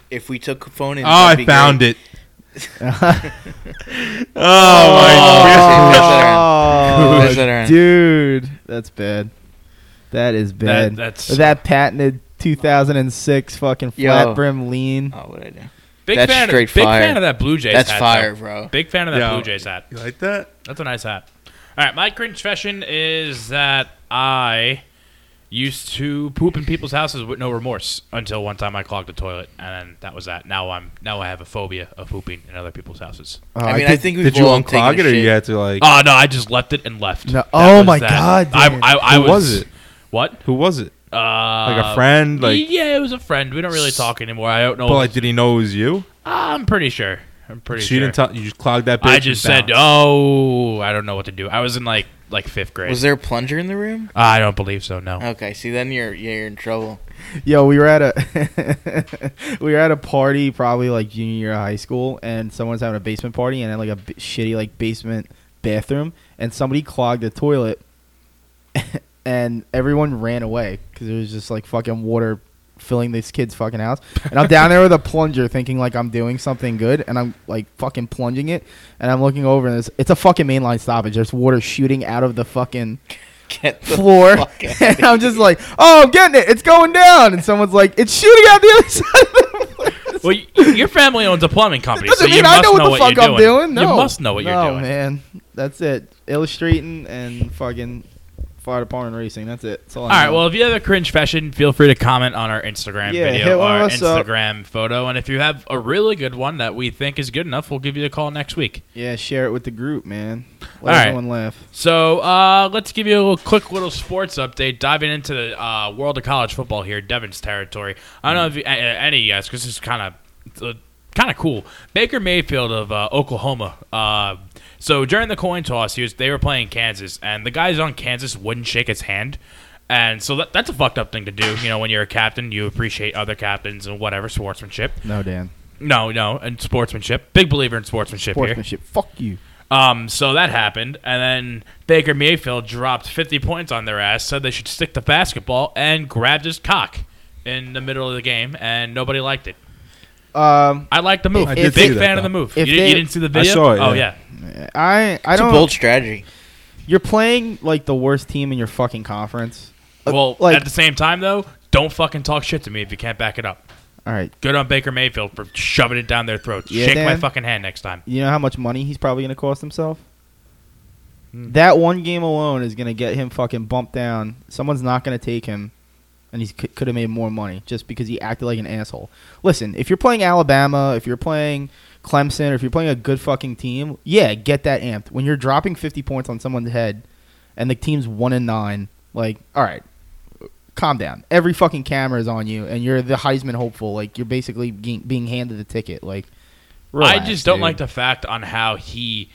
If we took phone in,
Oh, I found it. Oh, my!
Oh,
Press it around.
dude, that's bad. That is bad.
That, that's
that patented 2006 fucking flat
Yo.
brim lean.
Oh, what I do?
big
that's
fan.
straight
of, big
fire.
fan of that Blue Jays.
That's
hat,
fire,
though.
bro.
Big fan of that
Yo.
Blue Jays hat.
You like that?
That's a nice hat. All right, my cringe confession is that I used to poop in people's houses with no remorse until one time I clogged the toilet, and then that was that. Now I'm now I have a phobia of pooping in other people's houses.
Oh,
I mean, I
did-
think we've
Did you
all taken
unclog
a
it, or
shit.
you had to like?
Oh no, I just left it and left.
No-
That
oh
was
my
that.
God,
I,
Dan.
I, I
Who was it?
What?
Who was it?
Uh,
Like a friend? Like,
yeah, it was a friend. We don't really talk anymore. I don't know.
but like, did he know it was you?
I'm pretty sure. I'm pretty
so
sure.
you didn't tell. You just clogged that. Bitch
I
and
just said,
bounced.
"Oh, I don't know what to do." I was in like like fifth grade.
Was there a plunger in the room?
I don't believe so. No.
Okay, see, then you're you're in trouble.
Yo, we were at a we were at a party probably like junior year of high school, and someone's having a basement party and had like a b- shitty like basement bathroom, and somebody clogged the toilet, and everyone ran away because it was just like fucking water filling this kid's fucking house. And I'm down there with a plunger, thinking like I'm doing something good, and I'm like fucking plunging it, and I'm looking over and it's, it's a fucking mainline stoppage. There's water shooting out of the fucking
Get the
floor.
fuck out of
And
here.
I'm just like, oh, I'm getting it. It's going down. And someone's like, it's shooting out the other side. of the place."
Well, y- your family owns a plumbing company,
Doesn't
so you
mean
must
I know what the
what
fuck
you're
I'm doing. No.
You must know what you're
No,
doing.
man. That's it. Illustrating and fucking fire department racing. That's it. That's all,
All right. Well, if you have a cringe fashion, feel free to comment on our Instagram
Yeah, hit
video or
one
our
of us up.
Instagram photo, and if you have a really good one that we think is good enough, we'll give you a call next week.
yeah, share it with the group, man. Let
All right.
everyone laugh.
So uh, let's give you a little, quick little sports update, diving into the uh, world of college football here, Devon's territory. I don't know if you, a- a- any of you guys, because this is kind of uh, kind of cool. Baker Mayfield of uh, Oklahoma. Uh, so during the coin toss, he was, they were playing Kansas, and the guys on Kansas wouldn't shake his hand. And so that, that's a fucked up thing to do. You know, when you're a captain, you appreciate other captains and whatever sportsmanship.
No, Dan.
No, no, and sportsmanship. Big believer in sportsmanship here.
Sportsmanship. Fuck you.
Um, so that happened, and then Baker Mayfield dropped 50 points on their ass, said they should stick to basketball, and grabbed his cock in the middle of the game, and nobody liked it.
Um,
I like the move.
I
Big
did see
fan of
that,
the
though.
move. You,
If
didn't- you
they-
didn't see the
I
video?
saw it,
Oh yeah.
yeah.
I I
It's a
don't.
bold strategy.
You're playing like the worst team in your fucking conference. Uh,
Well,
like-
at the same time though, don't fucking talk shit to me if you can't back it up.
All right,
Good on Baker Mayfield for shoving it down their throats.
Yeah,
Shake my
Dan?
fucking hand next time.
you know how much money he's probably going to cost himself.
Hmm.
That one game alone is going to get him fucking bumped down. Someone's not going to take him, and he could have made more money just because he acted like an asshole. Listen, if you're playing Alabama, if you're playing Clemson, or if you're playing a good fucking team, yeah, get that amped. When you're dropping 50 points on someone's head, and the team's one and nine, like, all right, calm down. Every fucking camera is on you, and you're the Heisman hopeful. Like, you're basically ge- being handed the ticket. Like,
I
relax,
just don't
dude.
like the fact on how he,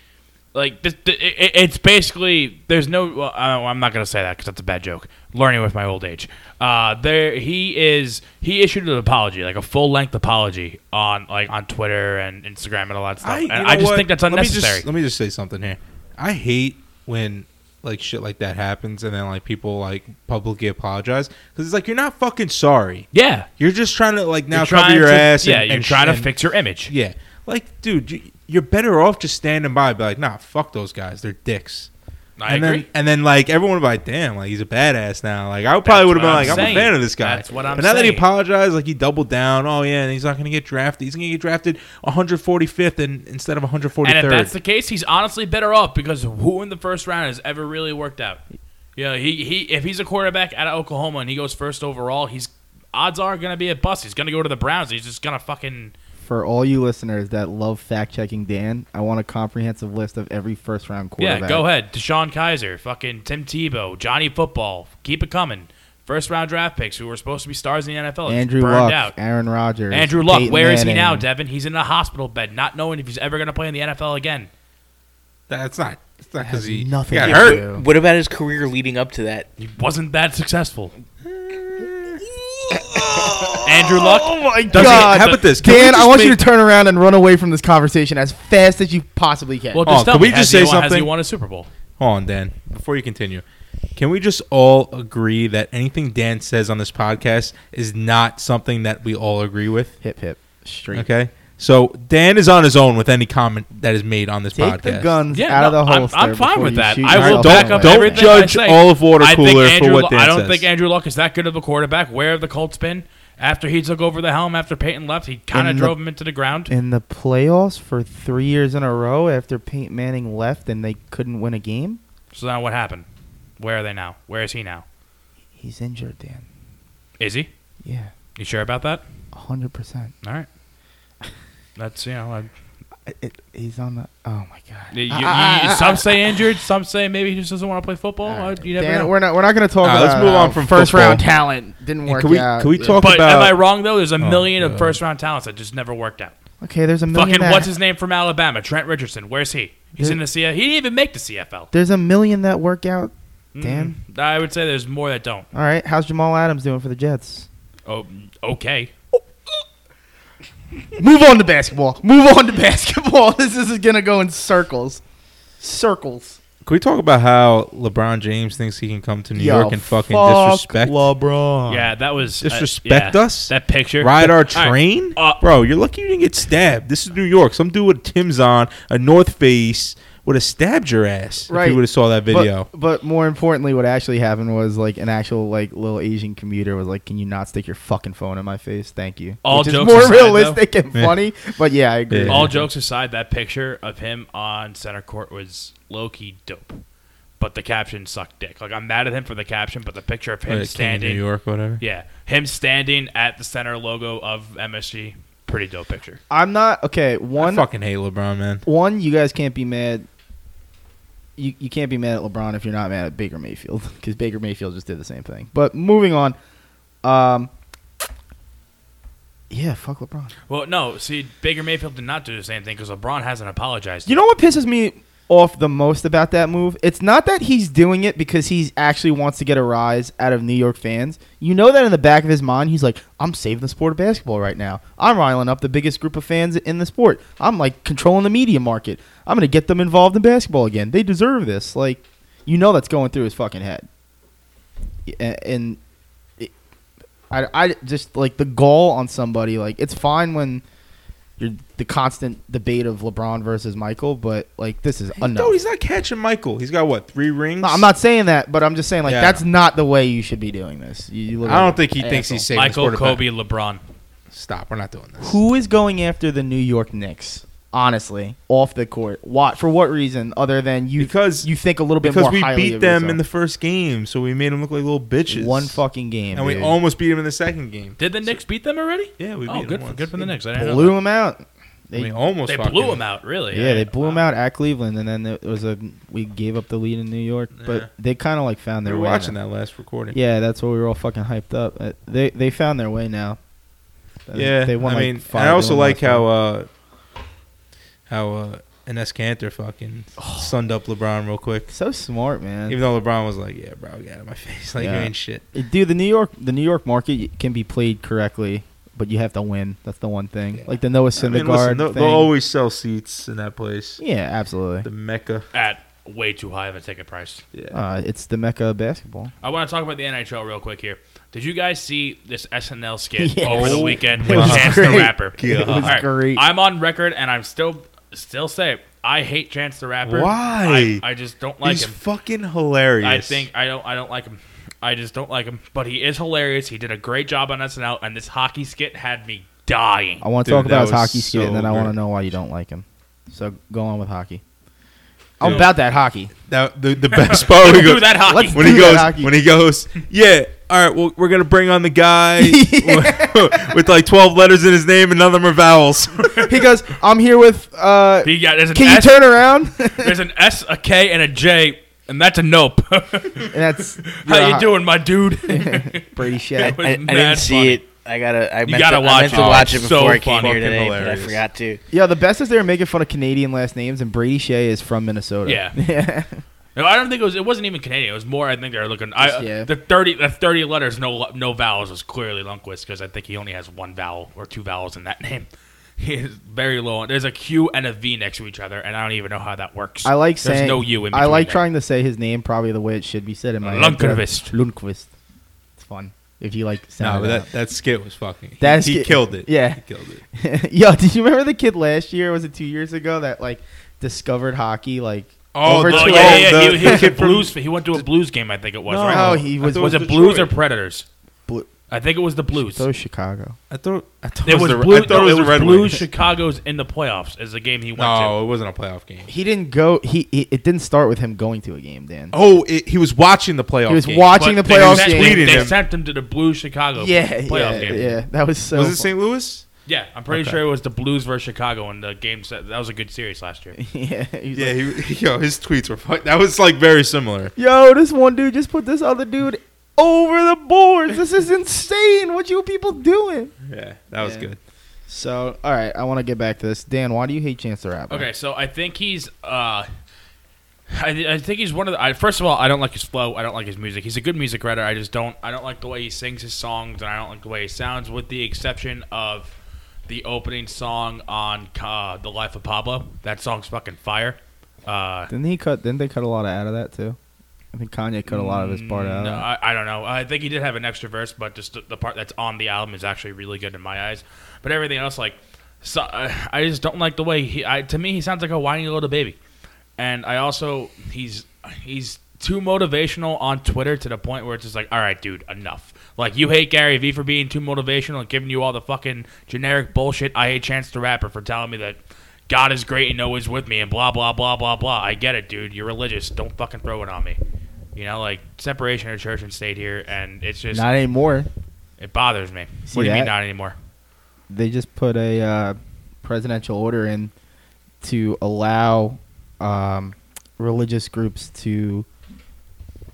like, this, th- it, it- it's basically there's no. Well, I don't- I'm not gonna say that because that's a bad joke. Learning with my old age. Uh, there he is. He issued an apology, like a full length apology on like on Twitter and Instagram and all that stuff. and
you know
I just
what?
think that's
Let me just-
unnecessary.
Let me, just, say something here. I hate when like shit like that happens, and then like people like publicly apologize because it's like you're not fucking sorry.
yeah,
You're just trying to like now
You're
cover
trying
your
to-
ass.
Yeah,
and,
you're
and-
trying to
and-
fix your image.
Yeah, like dude, you, you're better off just standing by, and be like, nah, fuck those guys, they're dicks.
I
and
agree.
Then, and then like everyone would be like, damn, like he's a badass now. Like I probably would have been
what I'm
like, I'm
saying.
a fan of this guy.
That's what I'm
But now that he
saying.
apologized, like he doubled down. Oh yeah, and he's not gonna get drafted. He's gonna get drafted 145th and instead of 143rd.
And if that's the case, he's honestly better off because who in the first round has ever really worked out? Yeah, he, he if he's a quarterback out of Oklahoma and he goes first overall, he's odds are gonna be a bust. He's gonna go to the Browns. He's just gonna fucking
For all you listeners that love fact checking Dan, I want a comprehensive list of every first round quarterback.
yeah. Go ahead, Deshaun Kaiser, fucking Tim Tebow, Johnny Football. Keep it coming. First round draft picks who were supposed to be stars in the NFL. just
Andrew
burned
Luck,
out.
Aaron Rodgers,
Andrew Luck.
Peyton
Where is he
Manning.
now, Devin? He's in a hospital bed, not knowing if he's ever gonna play in the NFL again.
that's not. It's not
Has
because he
nothing
got
to
hurt.
do.
What about his career leading up to that?
He wasn't that successful. Andrew Luck. Oh my
God.
How about this, Can we
Dan, I
just
want you
make-
to turn around and run away from this conversation as fast as you possibly can.
Well,
Hold
just
on,
tell
Oh, can
me,
we
has
just
he
say
won- Has he
something?
won a Super Bowl?
Hold on, Dan. Before you continue, can we just all agree that anything Dan says on this podcast is not something that we all agree with?
hip hip straight.
Okay. So Dan is on his own with any comment that is made on this
Take
podcast.
the guns
Yeah,
out of
no,
the
I'm-
holster.
I'm fine
before
with
you
that.
shoot
I will
yourself
back
in the
up
leg.
Don't
everything I
judge
say.
all of water
I think
cooler for
Andrew
what
Lu-
Dan
I don't
says.
think Andrew Luck is that good of a quarterback. Where have the Colts been after he took over the helm after Peyton left? He kind of
In the-
drove him into the ground.
In the playoffs for three years in a row after Peyton Manning left and they couldn't win a game,
So now what happened? Where are they now? Where is he now?
he's injured, Dan.
Is he?
Yeah,
You sure about that?
100%.
All right. That's you know. I,
It- it- he's on the. Oh, my God.
you, you- you- some say injured, some say maybe he just doesn't want to play football.
All right.
I- Oh, you never
Dan,
know.
we're not we're not going to talk
All right,
about
let's move on
uh,
from
first
football.
round talent didn't
And
work
can we
out.
can we talk
but
about
am I wrong though? There's a million of
Oh, God.
first round talents that just never worked out.
Okay, there's a million.
Fucking
that,
what's his name from Alabama? Trent Richardson. Where's he? He's
Dude.
in the CFL. He didn't even make the CFL.
There's a million that work out. Dan,
Mm, I would say there's more that don't.
all right. How's Jamal Adams doing for the Jets?
Oh, okay.
Move on to basketball. Move on to basketball. This is gonna go in circles. Circles.
can we talk about how LeBron James thinks he can come to New
Yo,
York and fucking
fuck
disrespect
LeBron.
Yeah, that was uh,
disrespect
yeah.
us?
That picture.
Ride our
All right.
train?
Uh,
Bro, you're lucky you didn't get stabbed. This is New York. Some dude with Tim's on, a North Face, would have stabbed your ass if
Right.
you would have saw that video.
But, but more importantly, what actually happened was like an actual like little Asian commuter was like, "Can you not stick your fucking phone in my face? Thank you."
All
Which is
jokes
more
aside,
realistic and
Yeah.
funny. But yeah, I agree.
Yeah.
All jokes aside, that picture of him on center court was low key dope. But the caption sucked dick. Like I'm mad at him for the caption, but the picture of
Like,
him
King of
standing,
New York, whatever.
yeah, him standing at the center logo of MSG, pretty dope picture.
I'm not okay.
I
One
fucking hate LeBron, man.
one, you guys can't be mad. You, you can't be mad at LeBron if you're not mad at Baker Mayfield because Baker Mayfield just did the same thing. But moving on, um, yeah, fuck LeBron.
Well, no, see, Baker Mayfield did not do the same thing because LeBron hasn't apologized.
You know what pisses me off the most about that move? It's not that he's doing it because he actually wants to get a rise out of New York fans. You know that in the back of his mind, he's like, I'm saving the sport of basketball right now. I'm riling up the biggest group of fans in the sport. I'm like controlling the media market. I'm going to get them involved in basketball again. They deserve this. Like, you know that's going through his fucking head. A- And it, I, I just like the gall on somebody. Like, it's fine when your the constant debate of LeBron versus Michael, but like this is enough.
No, he's not catching Michael. He's got what three rings?
No, I'm not saying that, but I'm just saying like
Yeah.
that's not the way you should be doing this. You, you look
I
like
don't think he
an
thinks he's
asshole.
saving his
Michael,
quarterback.
Kobe, LeBron.
Stop. We're not doing this.
Who is going after the New York Knicks? Honestly, off the court. Why? For what reason? Other than you?
Because-
you think a little bit
Because
more
we
highly
beat
of
them
yourself.
in the first game, so we made them look like little bitches.
one fucking game,
and we
dude.
almost beat them in the second game.
Did the Knicks beat them already?
Yeah, we beat
Oh,
them
good for,
once.
good for the Knicks. I didn't know.
blew them out. They,
we almost
They
fucking-
blew them out, really.
yeah, they blew
Wow.
them out at Cleveland, and then it was a we gave up the lead in New York,
Yeah.
but they kind of like found
They
their
were
way.
watching
now.
that last recording.
Yeah, that's what we were all fucking hyped up. Uh, They they found their way now. Uh,
yeah.
they won.
I
like,
mean,
five
I also
to one
like
last
how uh, how uh, NS Cantor fucking
Oh.
sunned up LeBron real quick.
So smart, man.
Even though LeBron was like, "Yeah, bro, get out of my face, like you
Yeah.
ain't shit."
Dude, the New York the New York market can be played correctly, but you have to win. That's the one thing.
Yeah.
Like the Noah
I
Syndergaard
mean, listen, they'll,
thing.
they'll always sell seats in that place,
yeah, absolutely.
the mecca.
At way too high of a ticket price.
Yeah,
Uh, it's the mecca of basketball.
I want to talk about the NHL real quick here. Did you guys see this SNL skit
Yes.
over the
Oh,
weekend
it
with
was
Chance the
great.
Rapper?
It was
All right,
great.
I'm on record, and I'm still still say it. I hate Chance the Rapper.
Why?
I, I just don't like
he's
him.
fucking hilarious.
I think I don't I don't like him. I just don't like him. But he is hilarious. He did a great job on SNL, and this hockey skit had me dying.
I want to
Dude,
talk
that
about his
was
hockey skit, and
so
then I want to
great.
know why you don't like him. So go on with hockey. I'm
Dude.
about that hockey.
that the, the best part when he
do
goes,
that hockey.
Oh, Let's-
when he
do that
goes,
hockey.
when he goes, yeah. All right, well, we're gonna bring on the guy with like twelve letters in his name, and none of them are vowels.
he goes, I'm here with. Uh,
He got there's an
can you
S,
turn around? and
there's an S, a K, and a J, and that's a nope.
that's
How you
Yeah.
doing, my dude?
Brady
That
Shea.
was
I, I
mad
didn't
funny.
see it. I gotta. I meant
gotta
to,
watch
I meant
it.
to watch it
It's
before
so
I came
fucking
here today, but
hilarious.
I forgot to.
Yeah, the best is they're making fun of Canadian last names, and Brady Shea is from Minnesota.
Yeah. No, I don't think it was. It wasn't even Canadian. It was more. I think they were looking. I,
Just, yeah.
The thirty, the thirty letters, no, no vowels, was clearly Lundqvist because I think he only has one vowel or two vowels in that name. He is very low. on- There's a Q and a V next to each other, and I don't even know how that works.
I like
There's
saying.
no U in
I like
between
trying to say his name probably the way it should be said in my head.
Lundqvist.
Lundqvist. It's fun if you like
no,
sound.
but
it
that, that skit was fucking.
That
That he,
skit-
killed it.
yeah.
he killed it.
out. Yo, did you remember the kid last year? Was it two years ago that like discovered hockey? Like
Oh,
over
the-
Oh
to-
yeah, yeah, yeah. he,
the-
he was
the
a
kid from-
blues. He went to a blues game. I think it was.
No,
right?
Oh, he
I
was-
thought
was it
Detroit.
Blues or Predators?
Blu-
I think it was the Blues.
So Chicago.
I thought I thought
It was
the,
blue.
I thought
no,
it was, the Red
Blues.
Wings.
Chicago's in the playoffs is the game he went to.
No, it wasn't a playoff game.
He didn't go. He, he it didn't start with him going to a game, Dan.
Oh, it, he was watching the playoff.
he was
game.
watching
But
the playoff
They,
sent-
game.
sent-
Tweeted
they
him.
sent him to the Blue Chicago
yeah,
playoff
yeah,
game.
yeah. That was so.
Was it
fu-
St. Louis?
Yeah, I'm pretty
Okay.
sure it was the Blues versus Chicago in the game set. That was a good series last year.
yeah. He was
Yeah,
like,
he, yo, his tweets were fuck. That was like very similar.
Yo, this one dude just put this other dude over the boards. This is insane. What you people doing?
Yeah, that was
Yeah.
good.
So, all right, I want to get back to this. Dan, why do you hate Chance the Rapper?
Okay, so I think he's. Uh, I, I think he's one of the. I, first of all, I don't like his flow. I don't like his music. He's a good music writer. I just don't. I don't like the way he sings his songs, and I don't like the way he sounds, with the exception of the opening song on uh, "The Life of Pablo." That song's fucking fire. Uh,
Didn't he cut? Didn't they cut a lot out of that too? I think Kanye cut a lot of his part out. Of
Mm, No,
that.
I, I don't know. I think he did have an extra verse, but just the, the part that's on the album is actually really good in my eyes. But everything else, like, so, I I just don't like the way he. I, to me, he sounds like a whiny little baby. And I also he's he's too motivational on Twitter to the point where it's just like, all right, dude, enough. Like you hate Gary Vee for being too motivational and giving you all the fucking generic bullshit. I hate Chance the Rapper for telling me that God is great and always with me and blah blah blah blah blah. I get it, dude. You're religious. Don't fucking throw it on me. You know, like separation of church and state here, and it's just
Not anymore.
it bothers me.
See
What do you mean
that?
not anymore?
They just put a uh, presidential order in to allow um, religious groups to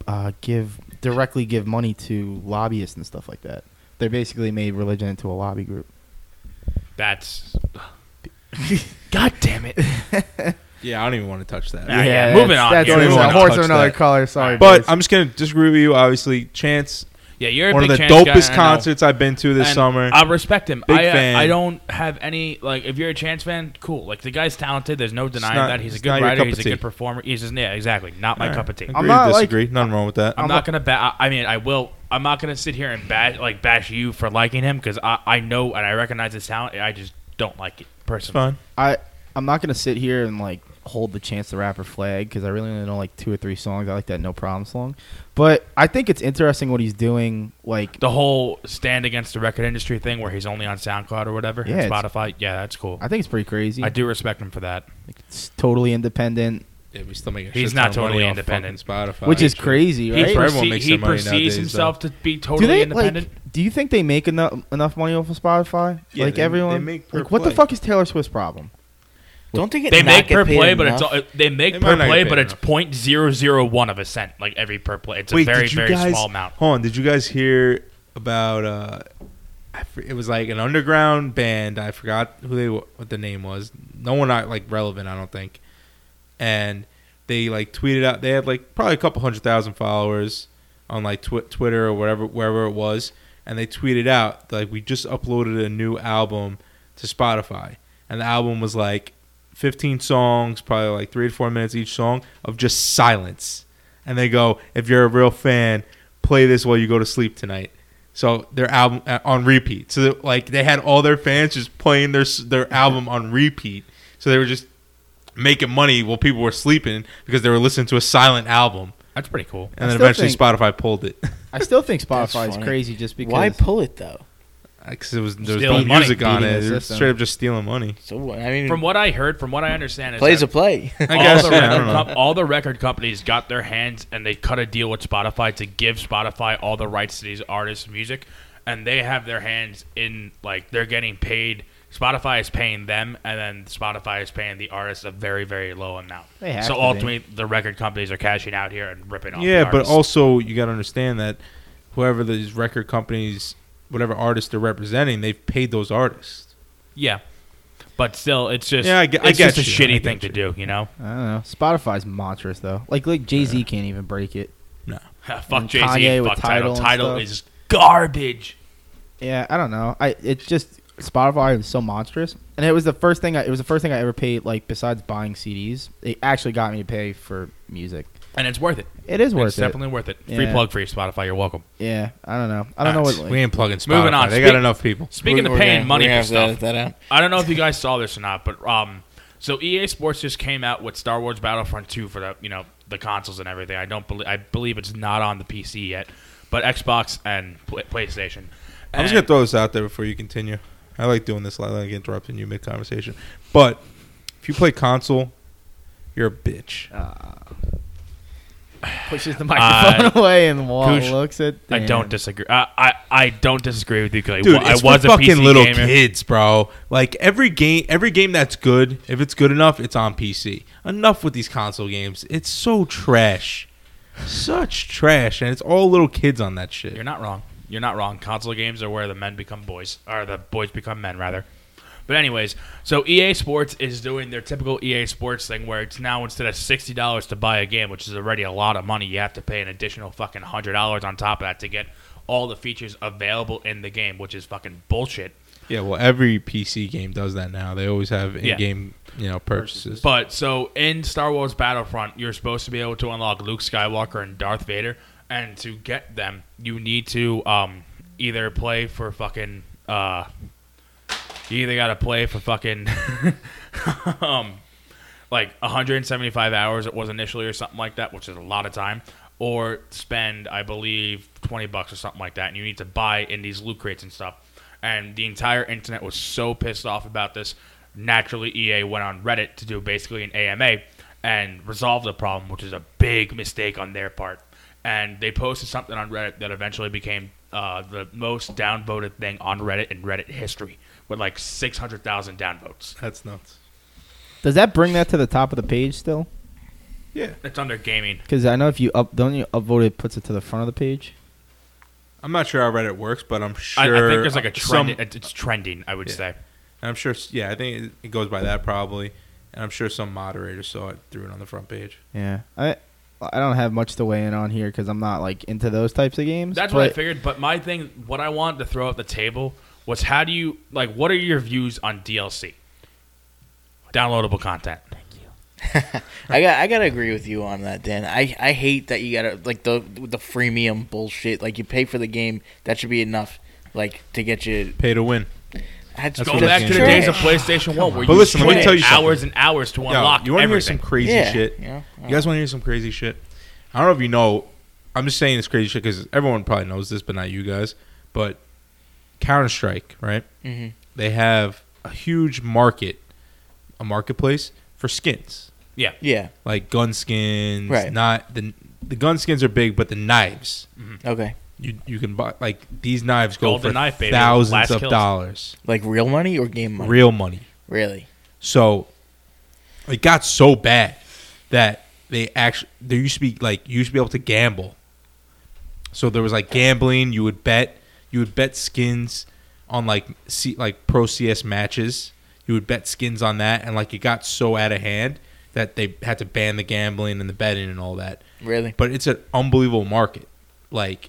uh, give directly give money to lobbyists and stuff like that. They basically made religion into a lobby group.
That's God damn it.
Yeah, I don't even want to touch that.
Yeah, yeah, moving on
That's,
here.
that's
Don't
a
even
horse
touch
of another
that.
color. Sorry,
But
boys.
I'm just gonna disagree with you. Obviously, Chance,
Yeah, you're a
one of
big
the
Chance guy, I
dopest
know.
concerts I've been to this
And
summer.
I respect him.
Big
I, uh,
fan.
I don't have any like. If you're a Chance fan, cool. Like the guy's talented. There's no denying
not-
that he's a
it's
good
not your
writer.
cup
He's a
of
good
tea.
performer. He's just yeah, exactly. Not my
All right.
cup of tea.
Agree
I'm,
I'm
to
not, like-
disagree. Nothing wrong with that.
I'm
not gonna ba- I I mean, I will. I'm not gonna sit here and bash like bash you for liking him because I I know and I recognize his talent. I just don't like it
It's
personally.
fine.
I I'm not gonna sit here and like hold the chance the rapper flag because I really only know like two or three songs. I like that No Problem song, but I think it's interesting what he's doing. Like
The whole stand against the record industry thing, where he's only on SoundCloud or whatever,
Yeah,
and
it's-
Spotify. Yeah, that's cool.
I think it's pretty crazy.
I do respect him for that.
It's totally independent,
Yeah, we still make a
He's
shit
not
ton of money
totally
off fucking
independent.
Spotify.
which is
and shit.
crazy,
He,
right?
Everyone
perceive-
makes
he
their money
perceives
nowadays, though.
himself to be
do
totally
they
independent.
like? Do you think they make enough enough money off of Spotify?
Yeah,
like
they-
everyone,
they make per
like what the
play.
fuck is Taylor Swift's problem?
Don't they get
they
not
make
get
per
paid
play, but
enough?
it's all, they make
They might
per
not get
play,
paid
but it's
enough.
point zero zero one of a cent, like every per play. It's a very very small amount.
Hold on, did you guys hear about? Uh, I for- it was like an underground band. I forgot who they wa- what the name was. No one not like relevant. I don't think. And they like tweeted out. They had like probably a couple hundred thousand followers on like tw- Twitter or whatever wherever it was. And they tweeted out like we just uploaded a new album to Spotify, and the album was like. 15 songs, probably like three to four minutes each song of just silence and they go, "If you're a real fan, play this while you go to sleep tonight." So their album uh, on repeat. So that, like they had all their fans just playing their s- their album on repeat. So they were just making money while people were sleeping because they were listening to a silent album.
That's pretty cool.
I
And then
still
eventually
think-
Spotify pulled it
I still think
That's
Spotify is
funny.
crazy just because.
Why pull it though?
because it was there was no
Stealing money.
music on
Beating
it.
the
It was
system.
straight up just stealing money.
So I mean,
From what I heard, from what I understand, is
plays
that
a play.
I
all,
guess
the
yeah, I
record
don't know.
comp- all the record companies got their hands and they cut a deal with Spotify to give Spotify all the rights to these artists' music, and they have their hands in like they're getting paid. Spotify is paying them, and then Spotify is paying the artists a very very low amount.
They have
so
to be.
ultimately, the record companies are cashing out here and ripping off. the
Yeah, but
artists.
also you got to understand that whoever these record companies, whatever artists they're representing, they've paid those artists.
yeah. But still, it's just
Yeah, I get- I
it's
get
just a
you. I
shitty
get
thing to
you.
do, you know.
I don't know. Spotify's monstrous though. Like like Jay Z can't even break it.
fuck
And
Jay Z,
Kanye with
fuck title.
Tidal and
Title
stuff.
is garbage.
Yeah, I don't know. I it's just Spotify is so monstrous, and it was the first thing. I, it was the first thing I ever paid. Like besides buying CDs, it actually got me to pay for music.
And it's worth it.
It is worth
it's
it.
definitely worth it. Free
Yeah.
plug for you, Spotify. You're welcome.
Yeah, I don't know. I don't know what.
we
Like,
ain't plugging Spotify.
Moving on.
They got
Speak-
enough people.
Speaking
We're-
of
we're
paying
gonna-
money
we're
for
gonna have to
stuff,
edit that out.
I don't know if you guys saw this or not, but um, so EA Sports just came out with Star Wars Battlefront 2 for the you know the consoles and everything. I don't believe I believe it's not on the PC yet, but Xbox and Pl- PlayStation.
I'm
And-
just gonna throw this out there before you continue. I like doing this. I like interrupting you mid conversation. But if you play console, you're a bitch.
Uh,
pushes the microphone away and Walt
Goosh,
looks at.
Uh, I don't disagree. I, I I don't disagree with you because
Dude,
I
it's
was
for
a
fucking
PC
little
gamer.
kids, bro. Like every game, every game that's good, if it's good enough, it's on PC. Enough with these console games. It's so trash, such trash, and it's all little kids on that shit.
You're not wrong. You're not wrong. Console games are where the men become boys, or the boys become men, rather. But anyways, so EA Sports is doing their typical EA Sports thing, where it's now instead of sixty dollars to buy a game, which is already a lot of money, you have to pay an additional fucking hundred dollars on top of that to get all the features available in the game, which is fucking bullshit.
Yeah, well, every PC game does that now. They always have in-game, you know, purchases.
But so in Star Wars Battlefront, you're supposed to be able to unlock Luke Skywalker and Darth Vader, and to get them, you need to um, either play for fucking. Uh, you either gotta play for fucking um, like 175 hours it was initially or something like that, which is a lot of time, or spend I believe 20 bucks or something like that, and you need to buy in these loot crates and stuff. And the entire internet was so pissed off about this. Naturally, EA went on Reddit to do basically an AMA and resolve the problem, which is a big mistake on their part. And they posted something on Reddit that eventually became uh, the most downvoted thing on Reddit in Reddit history, with like 600,000 downvotes.
That's nuts.
Does that bring that to the top of the page still?
Yeah,
It's under gaming.
Because I know if you up, don't you upvote it, puts it to the front of the page.
I'm not sure how Reddit works, but I'm sure. uh,
I, I think there's like a trend.
some-
it- it's trending, I would
Yeah.
say.
And I'm sure. Yeah, I think it- it goes by that probably. And I'm sure some moderator saw it, threw it on the front page.
Yeah, I I don't have much to weigh in on here because I'm not like into those types of games.
That's
but,
what I figured. But my thing, what I wanted to throw at the table was how do you like? What are your views on DLC? Downloadable content.
I got I gotta agree with you on that, Dan. I, I hate that you gotta like the the freemium bullshit. Like you pay for the game, that should be enough. Like to get you,
Pay to win.
I just
That's
Go
what
back
it
to the
is.
days of PlayStation One where
But
you
listen, let me
spent
tell you something.
hours and hours to unlock
you want to hear
everything.
some crazy
yeah,
shit?
You know?
You guys want to hear some crazy shit? I don't know if you know. I'm just saying this crazy shit because everyone probably knows this, but not you guys. But Counter Strike, right?
Mhm.
They have a huge market, a marketplace for skins,
Yeah.
like gun skins.
Right.
Not the the gun skins are big, but the knives
Okay.
you you can buy like these knives go
Golden
for
knife, baby.
thousands
Last
of
kills.
dollars,
Like real money or game money?
real money.
really?
So it got so bad that they actually there used to be like you used to be able to gamble. So there was like gambling. You would bet you would bet skins on like C, like pro CS matches. You would bet skins on that, and like it got so out of hand that they had to ban the gambling and the betting and all that.
Really?
But it's an unbelievable market. Like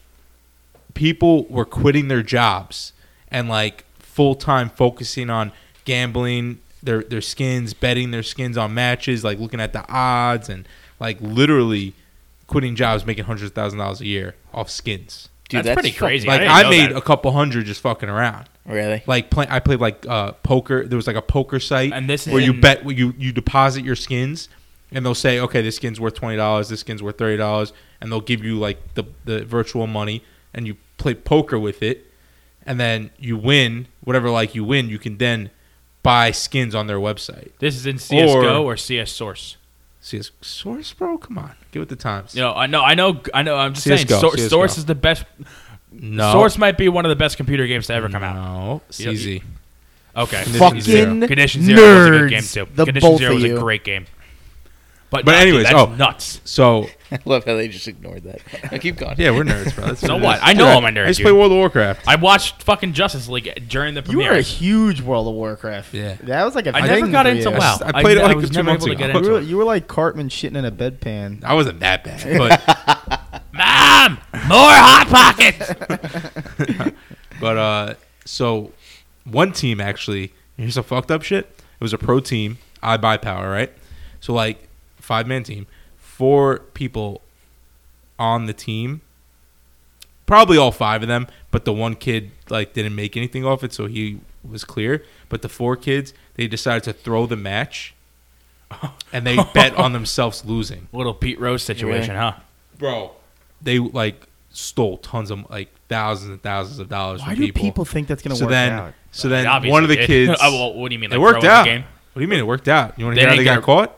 people were quitting their jobs and like full time focusing on gambling their their skins, betting their skins on matches, like looking at the odds and like literally quitting jobs making hundreds of thousand dollars a year off skins.
Dude,
That's
that's,
pretty
fuck-
crazy. Yeah, I
Like
didn't
I,
know
made
that.
a couple hundred just fucking around.
Really?
Like play, I played like uh, poker. There was like a poker site
And this is
where you
in-
bet where you you deposit your skins, and they'll say, okay, this skin's worth twenty dollars, this skin's worth thirty dollars, and they'll give you like the the virtual money, and you play poker with it, and then you win whatever like you win, you can then buy skins on their website.
This is in CS:GO
Or-
or CS Source.
See, it's source, bro. Come on, get with the times.
You know, I know, I know, I know. I'm just
CS:GO,
saying, Sor-
CS:GO.
Source is the best.
No,
Source might be one of the best computer games to ever come out.
No,
You-
CZ.
Okay,
Condition Zero.
Fucking
Condition Zero was a good
nerds,
game too.
The
Condition
both
Zero
of
was
you.
a great game. But,
But
nah, dude,
anyways,
that's
oh.
nuts.
So
I love how they just ignored that. Now keep going.
yeah, we're nerds, bro. That's
So
it
what?
is.
I know
Dude,
I'm a nerd,
I used to
dude.
play World of Warcraft.
I watched fucking Justice League during the
You were
premiere.
a huge World of Warcraft.
Yeah.
That was like a
I
thing
never got
for
into
you.
WoW.
I played it, like,
was
two
never
months
able to
ago.
get
You
into
were,
it.
you were like Cartman shitting in a bedpan.
I wasn't that bad, but
Mom, more hot pockets.
But uh, so one team actually, here's some fucked up shit. It was a pro team, I buy power, right? So like five man team, four people on the team, probably all five of them, but the one kid like didn't make anything off it, so he was clear. But the four kids, they decided to throw the match, and they bet on themselves losing
Little Pete Rose situation, huh?
bro. They like stole tons of like thousands and thousands of dollars.
Why
from
do people think that's gonna
so
work
then,
out?
So then,
It obviously
one of the
did.
kids.
oh, well, what do you mean?
it
like, throw
worked
in the
out.
game?
What do you mean it worked out? You want
They
to hear how
didn't
they got
get-
caught?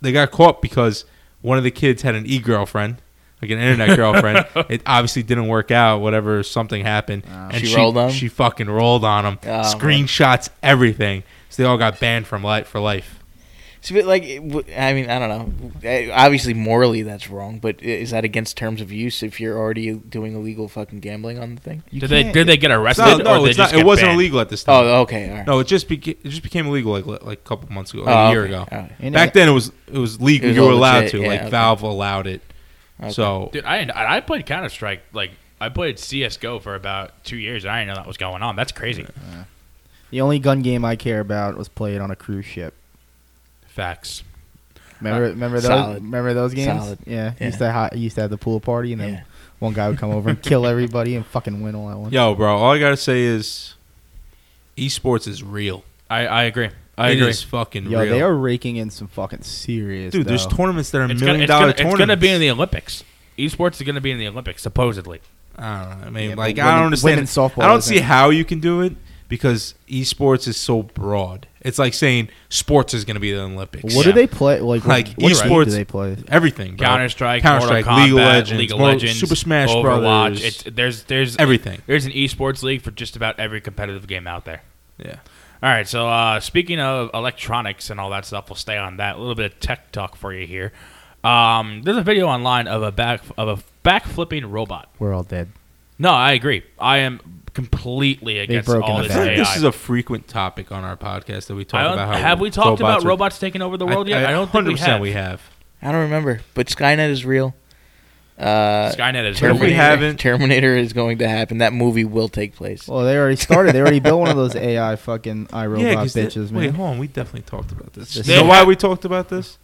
They got caught because one of the kids had an e girlfriend, like an internet girlfriend. it obviously didn't work out. Whatever, something happened, and
She rolled on 'em?
She fucking rolled on him.
Oh, man.
screenshots, everything. So they all got banned from life for life.
So, but like, it w- I mean, I don't know. Eh, Obviously, morally, that's wrong. But i- is that against terms of use if you're already doing illegal fucking gambling on the thing?
You
Did they
can't-
did they get arrested
No,
or
no,
they
it's not,
just
it
get
wasn't
banned?
illegal at this time.
Oh, okay, all right.
No, it just beca- it just became illegal like li- like a couple months ago, like
Oh,
a year
okay,
ago.
all right.
And
Back
it-
then, it was it was legal.
It was
you were
all
allowed
legit,
to.
yeah,
like
okay.
Valve allowed it.
Okay.
So
Dude, I didn't- I played Counter Strike like I played CS:GO for about two years. And I didn't know that was going on. That's crazy.
the only gun game I care about was played on a cruise ship.
Facts.
Remember, remember those?
solid.
Remember those games?
Solid.
Yeah,
Yeah.
Used to ha- used to have the pool party, and then
Yeah.
one guy would come over and kill everybody and fucking win all at once.
yo, bro, all I gotta say is, esports is real.
I, I agree. I
It
agree.
is fucking
Yo,
real.
they are raking in some fucking serious.
Dude, there's
dough.
tournaments that are
It's gonna,
million
it's,
dollar
gonna, it's
tournaments.
gonna be in the Olympics. Esports is gonna be in the Olympics supposedly.
I don't know. I mean,
Yeah, but
like I
women-
don't understand.
women's softball
I don't
isn't-
see how you can do it because esports is so broad. It's like saying sports is gonna be the Olympics.
What do they play? Like,
Like,
what, what
esports-
esports do they play?
Everything. bro.
Counter Strike,
Counter-Strike,
Mortal Kombat,
League of Legends,
League of
Mortal-
Legends,
Super Smash
Overwatch.
Brothers.
It's there's there's
Everything.
There's an esports league for just about every competitive game out there.
Yeah.
All right, so uh, speaking of electronics and all that stuff, we'll stay on that. A little bit of tech talk for you here. Um, there's a video online of a back of a back flipping robot.
We're all dead.
No, I agree. I am completely against
broke
all
into
this
that.
I
AI.
think this is a frequent topic on our podcast that we talk
I don't-
about. How
have we talked about
robots? are-
robots taking over the world yet? I, don't think
100%
we have.
we have.
I don't remember. But Skynet is real. Uh,
Skynet is
Terminator.
real.
we haven't-
Terminator is going to happen. That movie will take place.
Well, they already started. They already built one of those AI fucking iRobot
Yeah, 'cause they-
bitches,
Wait,
man.
hold on. We definitely talked about this.
This
you
is-
know why we talked about this?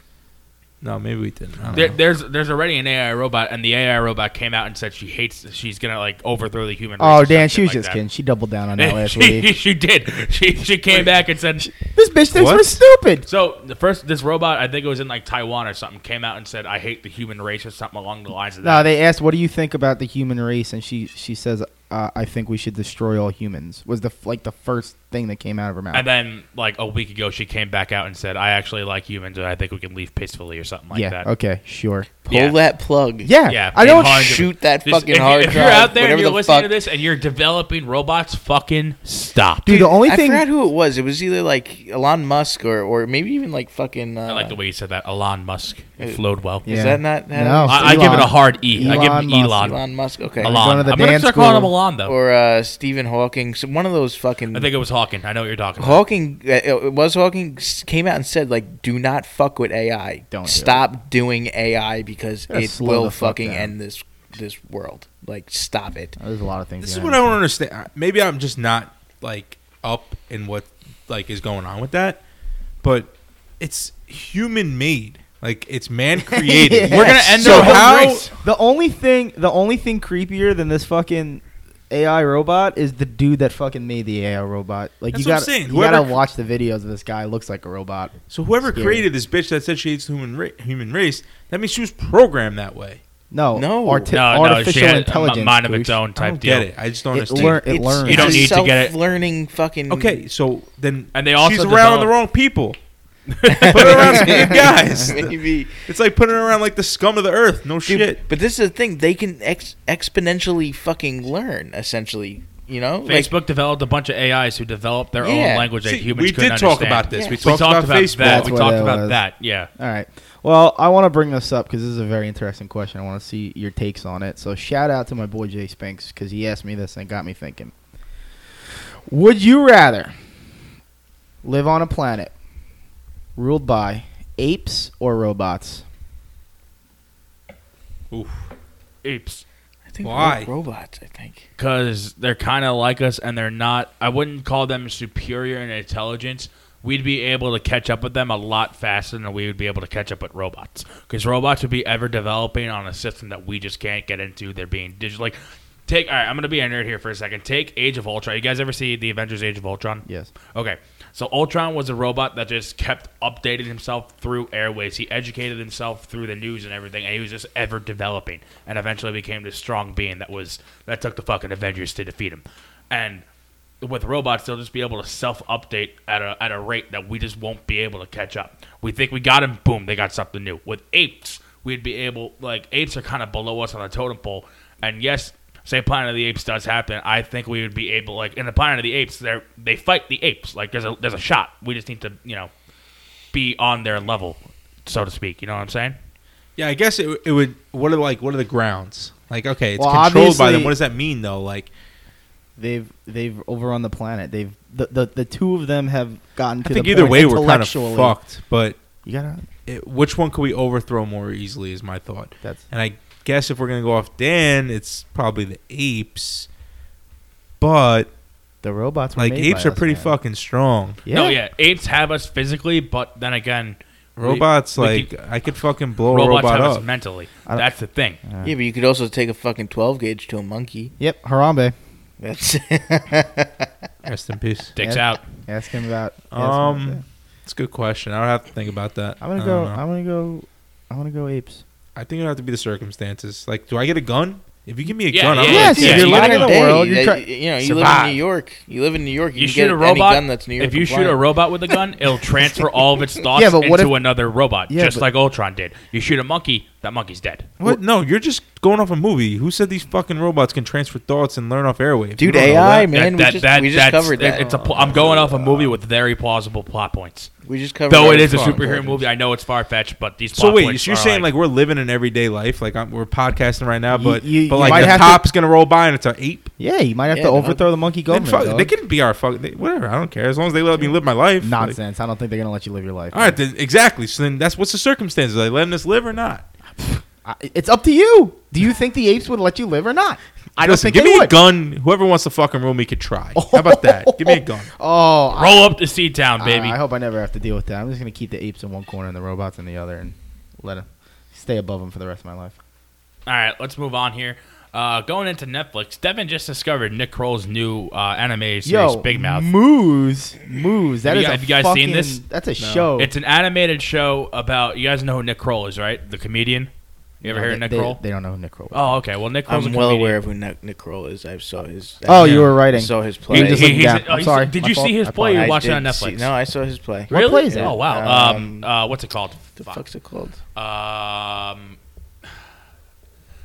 No, maybe we didn't. I don't
There,
know.
there's there's already an AI robot, and the AI robot came out and said she hates. She's gonna like overthrow the human. race or
Oh,
some
Dan,
shit
she was
like
just
that.
kidding. She doubled down on that last
she,
week.
she did. She she came back and said.
This bitch thinks
What?
we're stupid.
So the first this robot, I think it was in like Taiwan or something, came out and said, "I hate the human race" or something along the lines of that.
No, they asked, "What do you think about the human race?" And she she says, uh, "I think we should destroy all humans." Was the f- like the first thing that came out of her mouth.
and then like a week ago, she came back out and said, "I actually like humans, and I think we can leave peacefully" or something like
yeah.
that.
Okay. Sure.
Pull
Yeah.
that plug.
Yeah.
Yeah,
I don't.
Pete Hines-
Shoot that
Just-
fucking
if, you-
hard
if you're
drive,
out there and
whatever
you're
the
listening to
fuck.
this and you're developing robots, fucking stop.
Dude, the only
I
thing.
forgot who it was. It was either like Elon Musk or, or maybe even like fucking. Uh,
I like the way you said that. Elon Musk it
Uh,
flowed well.
Yeah.
Is that not? how
No.
it is?
I, I give it a
Elon.
hard E. I give him
Elon
Elon.
Musk.
Elon Musk. Okay.
Elon.
Going to the
I'm gonna
band
start calling him
school.
Elon though.
Or uh, Stephen Hawking. So one of those fucking.
Oh. I think it was Hawking. I know what you're talking about.
Hawking uh, it was Hawking s- came out and said like, "Do not fuck with AI.
Don't do
stop doing AI because
Yeah,
it
slow
will
the fuck
fucking
down.
end this this world. Like, stop it."
There's a lot of things.
This is
behind
what
it.
I don't understand. I- Maybe I'm just not like up in what like is going on with that, but it's human made. Like it's man created.
We're
gonna end
so
our whole
how,
race.
The only thing, the only thing creepier than this fucking AI robot is the dude that fucking made the AI robot. Like
That's
you
what I'm
got,
saying.
you got to
Whoever-
watch the videos of this guy. Looks like a robot.
So whoever
Scary.
created this bitch that said she hates the human ra- human race, that means she was programmed that way.
No,
No.
arti-
no, no, she
artificial
had
intelligence,
a mind of its
Goosh.
own
I
type
don't
deal.
get it. I just don't
It
understand.
learn- it learns.
You don't need to get it.
Learning fucking.
Okay, so then
And they also
she's around the
developed-
wrong people. Put her around some good guys.
Maybe.
It's like putting her around like the scum of the earth. No
Dude,
shit.
But this is the thing. They can ex- exponentially fucking learn. Essentially, you know. Like,
Facebook developed a bunch of AIs who developed their
Yeah.
own language that
See,
humans
we
couldn't
did talk
understand.
about this.
Yeah.
We
We talked, about, Facebook.
that.
That's
We
what
talked
that
about
was.
that. Yeah.
All right. Well, I want to bring this up because this is a very interesting question. I want to see your takes on it. So shout out to my boy Jay Spinks because he asked me this and it got me thinking. Would you rather live on a planet ruled by apes or robots?
Apes.
I think
Why?
ro- robots? I think.
Because they're kind of like us and they're not, I wouldn't call them superior in intelligence. We'd be able to catch up with them a lot faster than we would be able to catch up with robots. Because robots would be ever developing on a system that we just can't get into. They're being digital. Like, take, all right, I'm going to be a nerd here for a second. Take Age of Ultron. You guys ever see the Avengers Age of Ultron?
Yes.
Okay. So Ultron was a robot that just kept updating himself through airways. He educated himself through the news and everything, and he was just ever developing, and eventually became this strong being that was that took the fucking Avengers to defeat him. And with robots, they'll just be able to self-update at a at a rate that we just won't be able to catch up. We think we got him, boom, they got something new. With apes, we'd be able like apes are kind of below us on the totem pole, and yes, say Planet of the Apes does happen, I think we would be able like in the Planet of the Apes, they are they fight the apes. Like there's a there's a shot. We just need to you know be on their level, so to speak. You know what I'm saying?
Yeah, I guess it, it would. What are like? What are the grounds? Like, okay, it's
Well,
controlled by them.
obviously-
What does that mean though? Like,
They've they've overrun the planet. They've the the, the two of them have gotten to
I think
the
either
point
way, we're kind of
intellectually-
fucked. But
You gotta.
it, which one could we overthrow more easily? Is my thought.
That's
And I guess if we're gonna go off Dan, it's probably the apes. But
the robots. Were
like,
made
apes
by
are
us,
pretty Oh,
man.
fucking strong.
Yeah.
No, yeah, apes have us physically, but then again, We-
Robots,
we
like,
could-
I could fucking blow a
robots
robot
have
up.
us mentally.
I don't-
That's the thing.
Yeah, but you could also take a fucking twelve gauge to a monkey.
Yep. Harambe.
That's.
Rest in peace.
Dicks
Yeah.
out.
Ask him about. ask him about that.
Um, it's a good question. I would have to think about that.
I'm gonna
I
go.
don't know.
I'm gonna go. I'm gonna go apes.
I think it would have to be the circumstances. Like, do I get a gun? If you give me a
Yeah,
gun, I'm
yeah,
gonna
Yes,
take
yeah,
it.
you're living in
the
Modern day,
world, you're
they-
try-
you know, you live in
survive.
New York. You live in New York. You,
You
can
shoot a
get Any
robot.
gun that's New York
If you shoot a
compliant.
robot with a gun, it'll transfer all of its thoughts
Yeah, but what
into
if-
another robot,
Yeah,
just
but-
like Ultron did. You shoot a monkey, that monkey's dead.
What? No, you're just going off a movie. Who said these fucking robots can transfer thoughts and learn off airwaves?
Dude,
You don't know
AI,
that.
man, we
that,
just,
that,
we just
that's-
covered that.
It's a pl- I'm going off a movie with very plausible plot points.
we just covered
Though
that.
it is a
Fuck.
superhero movie, I know it's far fetched, but these.
So
plot
wait,
points
so you're
are
saying
like,
like, we're living an everyday life? Like I'm, we're podcasting right now,
You-
but
you-
but
you
like
might
the
have to-
cop's gonna roll by and it's an ape.
Yeah, you might have
Yeah,
to
dog.
overthrow the monkey
Then
government.
fuck,
dog.
they can be our fuck. They, whatever, I don't care as long as they let me live my life. like-
Nonsense. I don't think they're gonna let you live your life.
all right, then, exactly. So then that's what's the circumstances? Are they letting us live or not?
I, it's up to you. Do you think the apes would let you live or not? I don't
Listen,
think
give
they
me
would.
a gun. Whoever wants to fucking roll me could try. How about that? Give me a gun.
Oh, I-
roll up to Sea Town,
I,
baby.
I hope I never have to deal with that. I'm just gonna keep the apes in one corner and the robots in the other, and Let him stay above him for the rest of my life.
All right, let's move on here. Uh, going into Netflix, Devin just discovered Nick Kroll's new uh, anime series,
Yo,
Big Mouth.
Moose, Moose. That
Have
is
you-
a
have you guys seen
fucking-
this?
That's a show.
It's an animated show about you guys know who Nick Kroll is, right? The comedian. You ever
No,
heard
they,
of Nick
they-
Kroll?
They don't know who Nick Kroll. is.
oh, okay. Well, Nick Kroll's
I'm
a
well
comedian.
aware of who Nick, Nick Kroll is. I saw his.
oh,
I
you were writing.
saw his
You
play.
were just
He-
looking
he's-
down.
oh,
I'm
he's-
sorry.
did
My
you see
fault.
his
I
play?
apologize.
You
I
watched it on
did see-
Netflix.
no, I saw his play.
What
Really?
play is it?
Oh wow. Um,
Um,
uh, what's it called?
The
Fuck.
fuck's it called?
Um,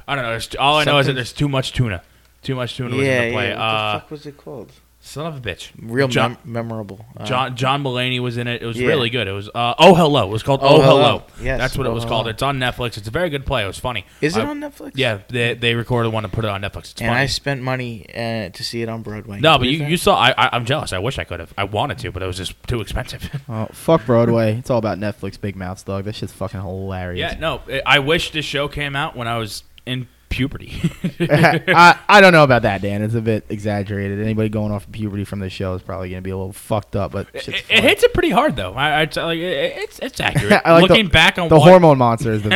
I don't know. There's, all I know is that
Something-
there's too much tuna. Too much tuna was
yeah,
in the play.
yeah. What the
uh,
fuck was it called?
son of a bitch.
Real
John,
mem- memorable. Uh,
John John Mulaney was in it. It was
Yeah.
really good. It was uh, Oh Hello. It was called
Oh
Oh, Hello.
Hello. Yes,
That's what it
Oh
was
Hello.
called. It's on Netflix. It's a very good play. It was funny.
Is it
I-
on Netflix?
Yeah, they, they recorded one and put it on Netflix. It's
And
funny.
I spent money uh, to see it on Broadway.
no, but you,
Believe
you
that?
saw. I, I I'm jealous. I wish I could have. I wanted to, but it was just too expensive.
Oh, fuck Broadway. It's all about Netflix big mouths, dog. That shit's fucking hilarious.
yeah, no. I- I wish this show came out when I was in puberty.
I, I don't know about that, Dan. It's a bit exaggerated. Anybody going off puberty from this show is probably going to be a little fucked up, but shit's
It, it
funny.
hits it pretty hard though. I, I it's, like it- it's it's accurate.
I like the-
Looking back on
The
what
hormone monster is the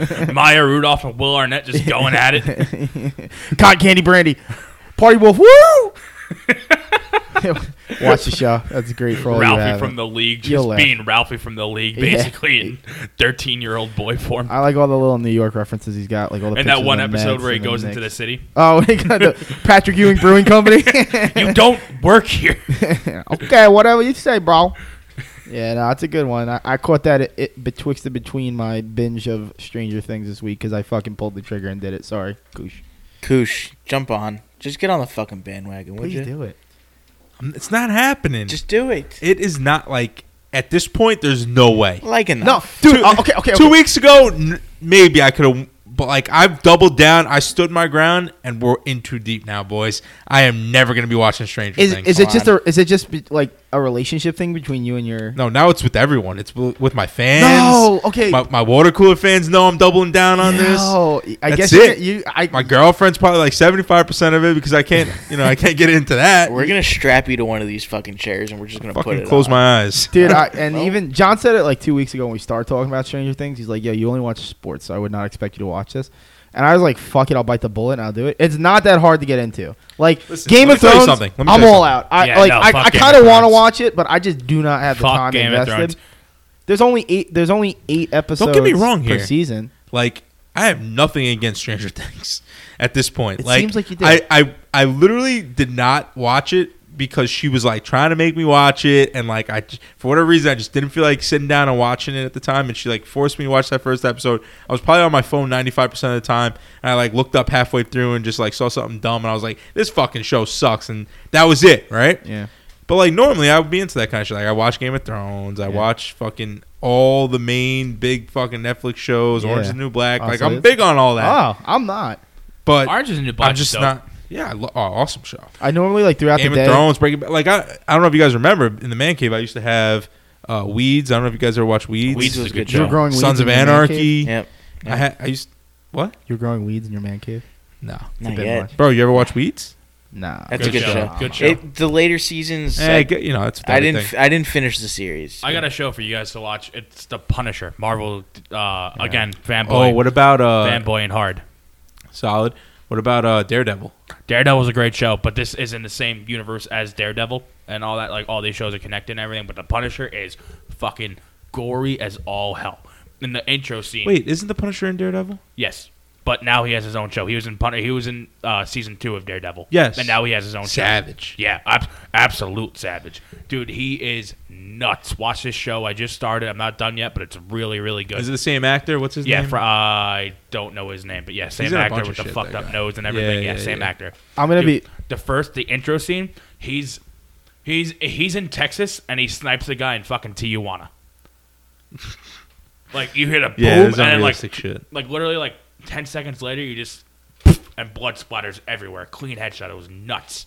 best.
Maya Rudolph and Will Arnett just going at it.
Cotton candy brandy. Party wolf. Woo! Watch the show. That's great for all you
Ralphie
have.
from the league
You'll
just
laugh.
being Ralphie from the league,
Yeah.
basically in thirteen year old boy form.
I like all the little New York references he's got, like all the
and that
pictures
one
of the
episode
Mets
where he
and the
goes into the
Knicks.
city.
Oh, he got the Patrick Ewing Brewing Company.
You don't work here.
okay, whatever you say, bro. Yeah, no, it's a good one. I, I caught that it, it betwixt and between my binge of Stranger Things this week because I fucking pulled the trigger and did it. Sorry, Goosh.
Koosh, jump on. Just get on the fucking bandwagon, would
Please
you?
do it.
It's not happening.
Just do it.
it is not like at this point. There's no way.
Like enough.
No, dude. oh, okay, okay.
Two
okay.
weeks ago, n- maybe I could have. But like I've doubled down, I stood my ground, and we're in too deep now, boys. I am never gonna be watching Stranger
Is,
Things.
is it just a? Is it just be, like a relationship thing between you and your?
no, now it's with everyone. It's w- with my fans.
No, okay.
My, my water cooler fans know I'm doubling down on this.
No, I
That's
guess
it.
You, you. I.
My girlfriend's probably like 75 percent of it because I can't, you know, I can't get into that.
We're gonna strap you to one of these fucking chairs, and we're just gonna put
fucking
it.
close
on.
my eyes.
Dude, I, and
Well-
even John said it like two weeks ago when we started talking about Stranger Things. He's like, "Yo, you only watch sports, so I would not expect you to watch this." And I was like, "Fuck it, I'll bite the bullet and I'll do it." It's not that hard to get into. Like
Listen,
Game
let
of
me tell you
Thrones,
something. Let
I'm
me tell you
all
something.
out. I
Yeah,
like,
no,
I,
fuck
I
Game of
kind of want to
Thrones.
watch it, but I just do not have the
Fuck
time
Game of Thrones.
invested. There's only eight. There's only eight episodes.
me wrong
per
here.
season.
Like I have nothing against Stranger Things at this point.
It
like,
seems like you did.
I, I I literally did not watch it because she was like trying to make me watch it, and like I j- for whatever reason I just didn't feel like sitting down and watching it at the time, and she like forced me to watch that first episode. I was probably on my phone ninety five percent of the time, and I like looked up halfway through and just like saw something dumb, and I was like, this fucking show sucks, and that was it, right?
Yeah.
But like normally, I would be into that kind of shit. Like I watch Game of Thrones, I
Yeah.
watch fucking all the main big fucking Netflix shows,
Yeah.
Orange is the New Black.
Oh,
like
so
I'm
it-
big on all that.
Oh, I'm not.
but
Orange is the New Black.
I'm just
though.
not. Yeah, I lo- oh, awesome show.
I normally like throughout
Game
the
of
day.
Thrones, Breaking Bad. Like I, I don't know if you guys remember in the man cave, I used to have uh, Weeds. I don't know if you guys ever watched Weeds.
Weeds was a good
You were
show.
growing
Sons
weeds in
of
your man cave?
Anarchy.
Yep.
I had. I used. What?
You're growing weeds in your man cave.
No,
It's a
Not
bit
yet.
much.
bro. You ever watch Weeds?
Nah.
That's a good show.
Good show.
It, the later seasons,
Eh,
I,
good- you know, it's
I didn't. f- I didn't finish the series.
I got a show for you guys to watch. It's The Punisher. Marvel uh, again. Fanboy.
Oh, what about uh?
fanboy and hard.
Solid. What about uh? Daredevil.
Daredevil's a great show, but this is in the same universe as Daredevil and all that. Like all these shows are connected and everything. But The Punisher is fucking gory as all hell. In the intro scene,
Wait, isn't the Punisher in Daredevil?
yes, but now he has his own show. He was in Punisher. He was in uh, season two of Daredevil.
Yes.
and now he has his own
Savage.
show. Yeah, ab- absolute savage, dude. He is nuts. Watch this show. I just started. I'm not done yet, but it's really, really good.
Is it the same actor? What's his
yeah,
name?
fr- I don't know his name, but yeah, same
in a bunch
actor
of
with the
shit,
fucked
that
up
guy.
nose and
Yeah,
everything. Yeah,
yeah,
same
yeah.
actor.
I'm gonna
Dude,
be-
the first the intro scene. He's he's he's in Texas and he snipes the guy in fucking Tijuana. like you hit a boom
Yeah,
and
there's
then like
unrealistic shit.
like literally like ten seconds later you just and blood splatters everywhere. Clean headshot. It was nuts.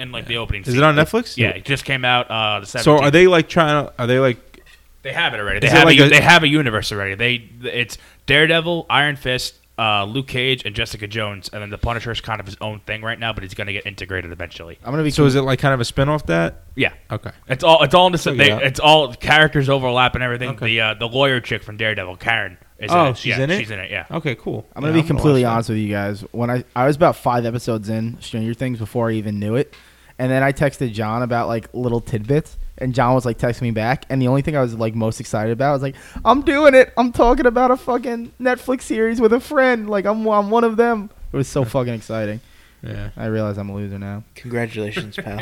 And like the opening.
Is
scene.
it on Netflix?
Yeah, it just came out uh, the 17th.
So are they like trying to? Are they like?
They have it already. They
Is it
have,
like
a,
a-
they have a universe already. They it's Daredevil, Iron Fist, uh, Luke Cage and Jessica Jones, and then the Punisher is kind of his own thing right now, but he's going to get integrated eventually.
I'm gonna be
So is it like kind of a spin off that?
Yeah,
Okay.
it's all it's all in the same.
Check it
They,
out.
it's all characters overlap and everything.
Okay.
The uh, the lawyer chick from Daredevil, Karen, is in
Oh,
it.
she's
yeah,
in it?
She's in it. Yeah.
Okay, cool.
I'm gonna be
Yeah, gonna
completely
watch that.
honest with you guys. When I I was about five episodes in Stranger Things before I even knew it, and then I texted John about like little tidbits, and John was like texting me back, and the only thing I was like most excited about was like I'm doing it. I'm talking about a fucking Netflix series with a friend. Like I'm I'm one of them. It was so fucking exciting.
Yeah.
I realize I'm a loser now,
Congratulations, pal.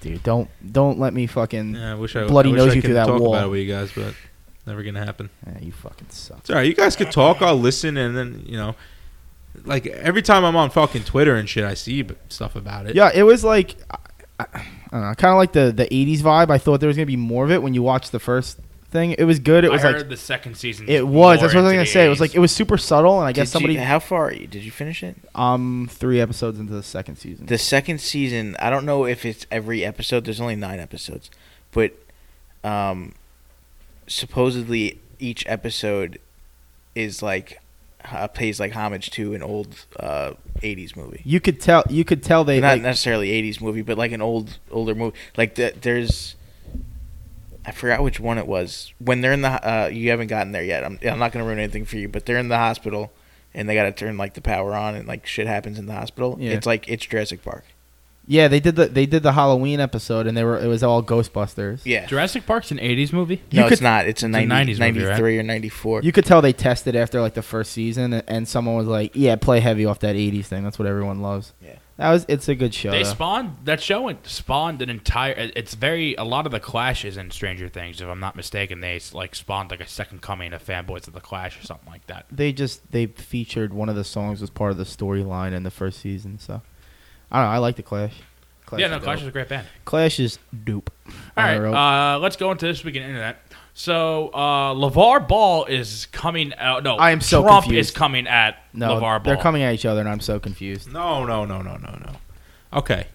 dude. Don't don't let me fucking.
Yeah, I wish I
Bloody
I wish
knows
I
you through
could
that
talk
wall.
about it with you guys, but never gonna happen.
Eh, you fucking suck.
It's all right. You guys could talk. I'll listen, and then you know, like every time I'm on fucking Twitter and shit, I see b- stuff about it.
Yeah, it was like I, I, I don't know, kind of like the the '80s vibe. I thought there was gonna be more of it when you watched the first thing. It was good. It was
I
like
heard the second season.
It was. That's what I was gonna say. It was like it was super subtle, and I guess
Did
somebody.
You, how far are you? Did you finish it?
um, three episodes into the second season.
The second season. I don't know if it's every episode. There's only nine episodes, but um, supposedly each episode is like uh, pays like homage to an old uh, '80s movie.
you could tell. You could tell they.
not
Like,
necessarily 80s movie but like an old older movie like the, there's i forgot which one it was when they're in the ho- uh, you haven't gotten there yet i'm, I'm not going to ruin anything for you but they're in the hospital and they got to turn like the power on and like shit happens in the hospital
Yeah.
it's like it's jurassic park
yeah, they did the they did the Halloween episode, and they were it was all Ghostbusters.
yeah
Jurassic Park's an '80s movie.
you
no
could-
it's not it's a, 90,
90s movie, right?
93 or 94
You could tell they tested after like the first season, and, and someone was like, "Yeah, play heavy off that '80s thing. That's what everyone loves."
Yeah.
that was. It's a good show.
They
though.
spawned that show and spawned an entire. it- It's very a lot of the clashes in Stranger Things, if I'm not mistaken. They like spawned like a second coming of fanboys of the Clash or something like that.
they just they featured one of the songs as part of the storyline in the first season. So I don't know. I like the Clash. Clash
yeah, no,
is
Clash is
dope.
a great band.
Clash is dope.
All right,
I wrote-
uh, let's go into this weekend internet. So uh, Levar Ball is coming out. No,
I am so
Trump
confused.
is coming at
no,
LeVar Ball.
they're coming at each other, and I'm so confused.
No, no, no, no, no, no. Okay.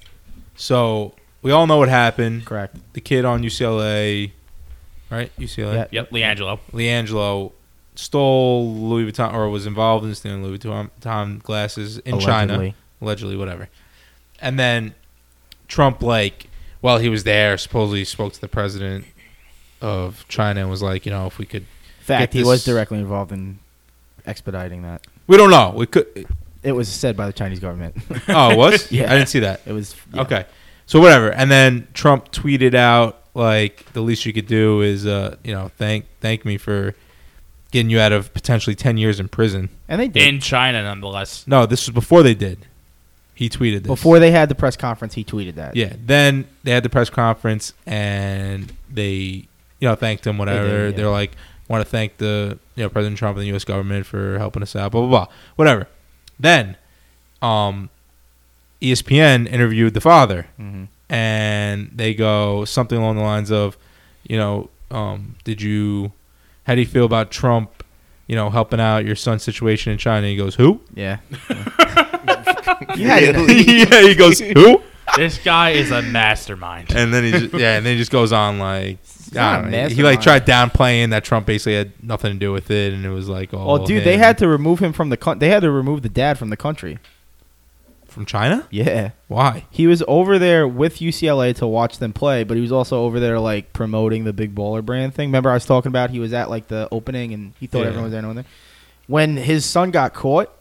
So we all know what happened.
Correct.
The kid on UCLA, right? UCLA.
Yeah.
Yep, Leangelo.
Leangelo stole Louis Vuitton or was involved in stealing Louis Vuitton Vuitton glasses in China,
Allegedly.
allegedly, whatever. And then Trump, like, while he was there, supposedly spoke to the president of China and was like, you know, if we could,
Fact,
Get
he was
this-
directly involved in expediting that.
we don't know, we could.
It was said by the Chinese government.
Oh, it was?
Yeah.
I didn't see that.
it was yeah.
Okay, so whatever. And then Trump tweeted out like, the least you could do is, uh, you know, thank thank me for getting you out of potentially ten years in prison.
and they did
In China, nonetheless.
No, this was before they did. He tweeted this.
before they had the press conference. He tweeted that.
Yeah. Then they had the press conference and they, you know, thanked him, whatever. They
yeah.
are like, want to thank the, you know, President Trump and the U.S. government for helping us out, blah, blah, blah. Whatever. Then, um, ESPN interviewed the father
Mhm.
and they go something along the lines of, you know, um, did you, how do you feel about Trump, you know, helping out your son's situation in China? He goes, who?
yeah.
yeah, he goes, who?
this guy is a mastermind.
and then he just, yeah, and then he just goes on like I
not
don't
a
know. He like tried
mastermind.
downplaying that Trump basically had nothing to do with it, and it was like oh,
Well, dude, they had to remove him from the con- they had to remove the dad from the country.
from China.
Yeah,
Why?
he was over there with UCLA to watch them play, but he was also over there like promoting the Big Baller Brand thing. Remember, I was talking about he was at like the opening and he thought
Yeah.
everyone was there. No one there. When his son got caught,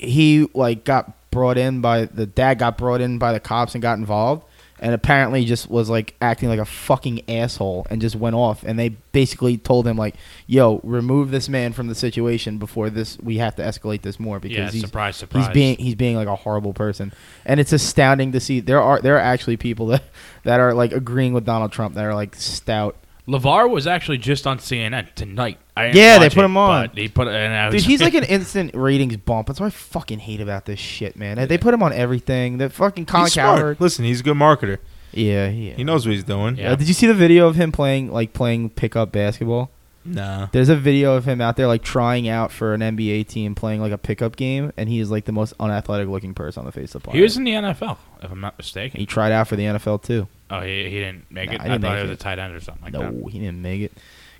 he like got brought in by the dad got brought in by the cops and got involved and apparently just was like acting like a fucking asshole and just went off and they basically told him like yo remove this man from the situation before this we have to escalate this more because
yeah,
he's
surprise, surprise.
He's being he's being like a horrible person, and it's astounding to see there are there are actually people that that are like agreeing with Donald Trump that are like stout.
Levar was actually just on CNN tonight. I didn't
Yeah, they
watch
put
it,
him on.
but He put and I
Dude,
was-
he's like an instant ratings bump. That's what I fucking hate about this shit, man. They put him on everything. The fucking Colin
He's smart.
Cowherd.
Listen, he's a good marketer.
Yeah, yeah.
He knows what he's doing.
Yeah.
Uh, did you see the video of him playing like playing pickup basketball?
Nah.
There's a video of him out there like trying out for an NBA team playing like a pickup game, and he is like the most unathletic looking person on the face of the planet.
He was in the NFL, if I'm not mistaken.
he tried out for the NFL too.
Oh, he, he didn't make
Nah,
it.
he
I
didn't
thought
make
it was
it.
a tight end or something like
no,
that.
he didn't make it.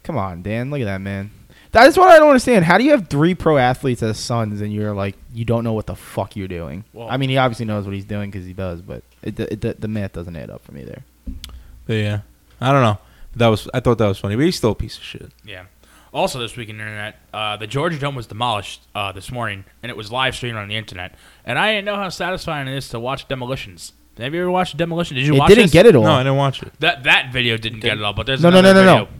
Come on, Dan. Look at that man. That is what I don't understand. How do you have three pro athletes as sons, and you're like you don't know what the fuck you're doing?
Well-
I mean, he obviously knows what he's doing because he does, but it, it, the, the math doesn't add up for me there.
But yeah, I don't know. That was I thought that was funny, but he's still a piece of shit.
Yeah. Also, this week in the internet, uh, the Georgia Dome was demolished uh, this morning, and it was live streamed on the internet. And I didn't know how satisfying it is to watch demolitions. Have you ever watched demolition? Did you
it
watch
didn't
this?
get it all.
No, I didn't watch it.
that that video didn't get it all, but there's
no, no, no,
another video.
no, no.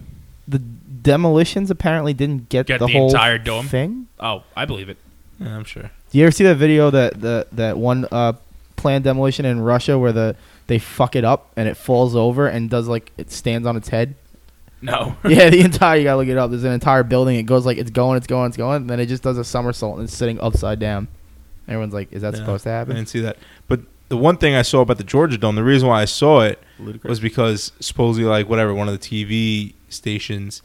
The demolitions apparently didn't get,
Get
the,
the
whole
entire dome?
thing.
Oh, I believe it.
Yeah, I'm sure.
Do you ever see that video that that that one uh, planned demolition in Russia where the they fuck it up and it falls over and does like it stands on its head?
No.
yeah, the entire you gotta look it up. There's an entire building. It goes like it's going, it's going, it's going, and then it just does a somersault and it's sitting upside down. Everyone's like, "Is that
Yeah,
supposed to
I
happen?"
didn't see that. But the one thing I saw about the Georgia Dome, the reason why I saw it was because supposedly like whatever one of the TV stations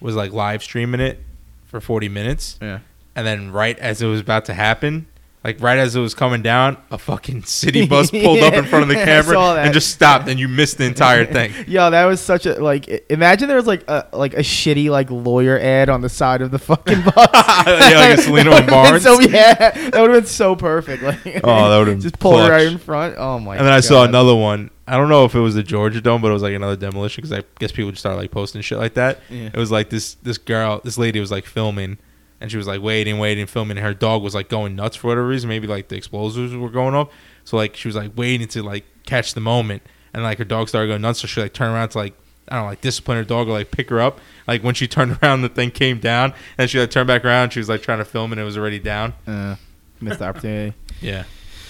was like live streaming it for 40 minutes.
Yeah.
And then right as it was about to happen, like right as it was coming down, a fucking city bus pulled up in front of the
Yeah, I
camera
saw that.
and just stopped and you missed the entire thing.
Yo, that was such a like. i- Imagine there was like a like a shitty like lawyer ad on the side of the fucking bus.
Yeah, like a Selena
That would've been
Barnes.
So yeah, that would have been so perfect. Like,
Oh, that would've been
just pull it right
clutch.
in front. Oh my.
And then I saw
God.
another one. I don't know if it was the Georgia Dome, but it was like another demolition because I guess people just started like posting shit like that.
Yeah.
It was like this this girl, this lady was like filming, and she was like waiting, waiting, filming. And her dog was like going nuts for whatever reason. Maybe like the explosives were going off, so like she was like waiting to like catch the moment, and like her dog started going nuts. So she like turned around to like. I don't know, like discipline her dog or like pick her up. Like when she turned around, the thing came down, and she like turned back around. She was like trying to film, and it was already down.
Uh, missed the opportunity.
Yeah,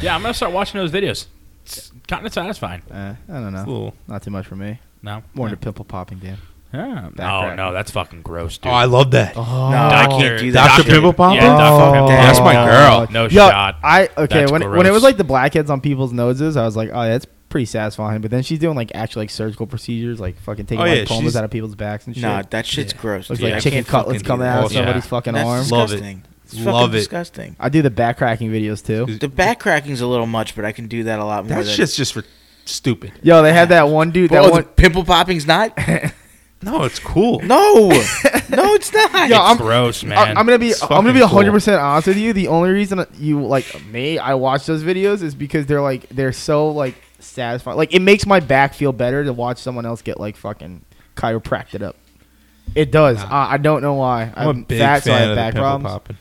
yeah, I'm gonna start watching those videos. It's kind of satisfying.
Uh, I don't
it's a
know.
little.
Not too much for me.
No.
More into pimple popping, Dan.
Yeah. Oh
Backtrack.
no, that's fucking gross, dude.
Oh, I love that.
Oh,
No, I can't do that.
Dr.
shit.
Pimple Popper?
Yeah, Dr. Pimple
Yeah, that's my
Popper.
girl.
No
Yo,
shot.
I okay
That's
when when it
gross.
was like the blackheads on people's noses, I was like, oh, that's pretty satisfying. But then she's doing like actual like surgical procedures, like fucking taking
Oh, yeah,
like combs
she's-
out of people's backs and shit.
Nah, that shit's gross.
Looks
dude.
like
I
chicken
can't
cutlets
fucking
coming
do
out of
that.
somebody's fucking
That's
arm.
Love it.
disgusting. It's
Love
fucking
it.
disgusting.
I do the back cracking videos too.
Dude,
The back cracking's a little much, but I can do that a lot more.
That
than-
shit's just for stupid.
Yo, they had that one dude. That
Oh,
one.
the pimple popping's not.
No, it's cool.
No, no, it's not.
Yo,
it's
I'm-
gross, man.
I, am gonna be
It's
I'm gonna be
fucking
100 percent honest with you. The only reason you like me, I watch those videos is because they're like they're so like satisfying. Like it makes my back feel better to watch someone else get like fucking chiropracted up. It does. I, I don't know why.
I'm, a big
fat, so I
fan
have
of the
back
pimple
problems.
popping.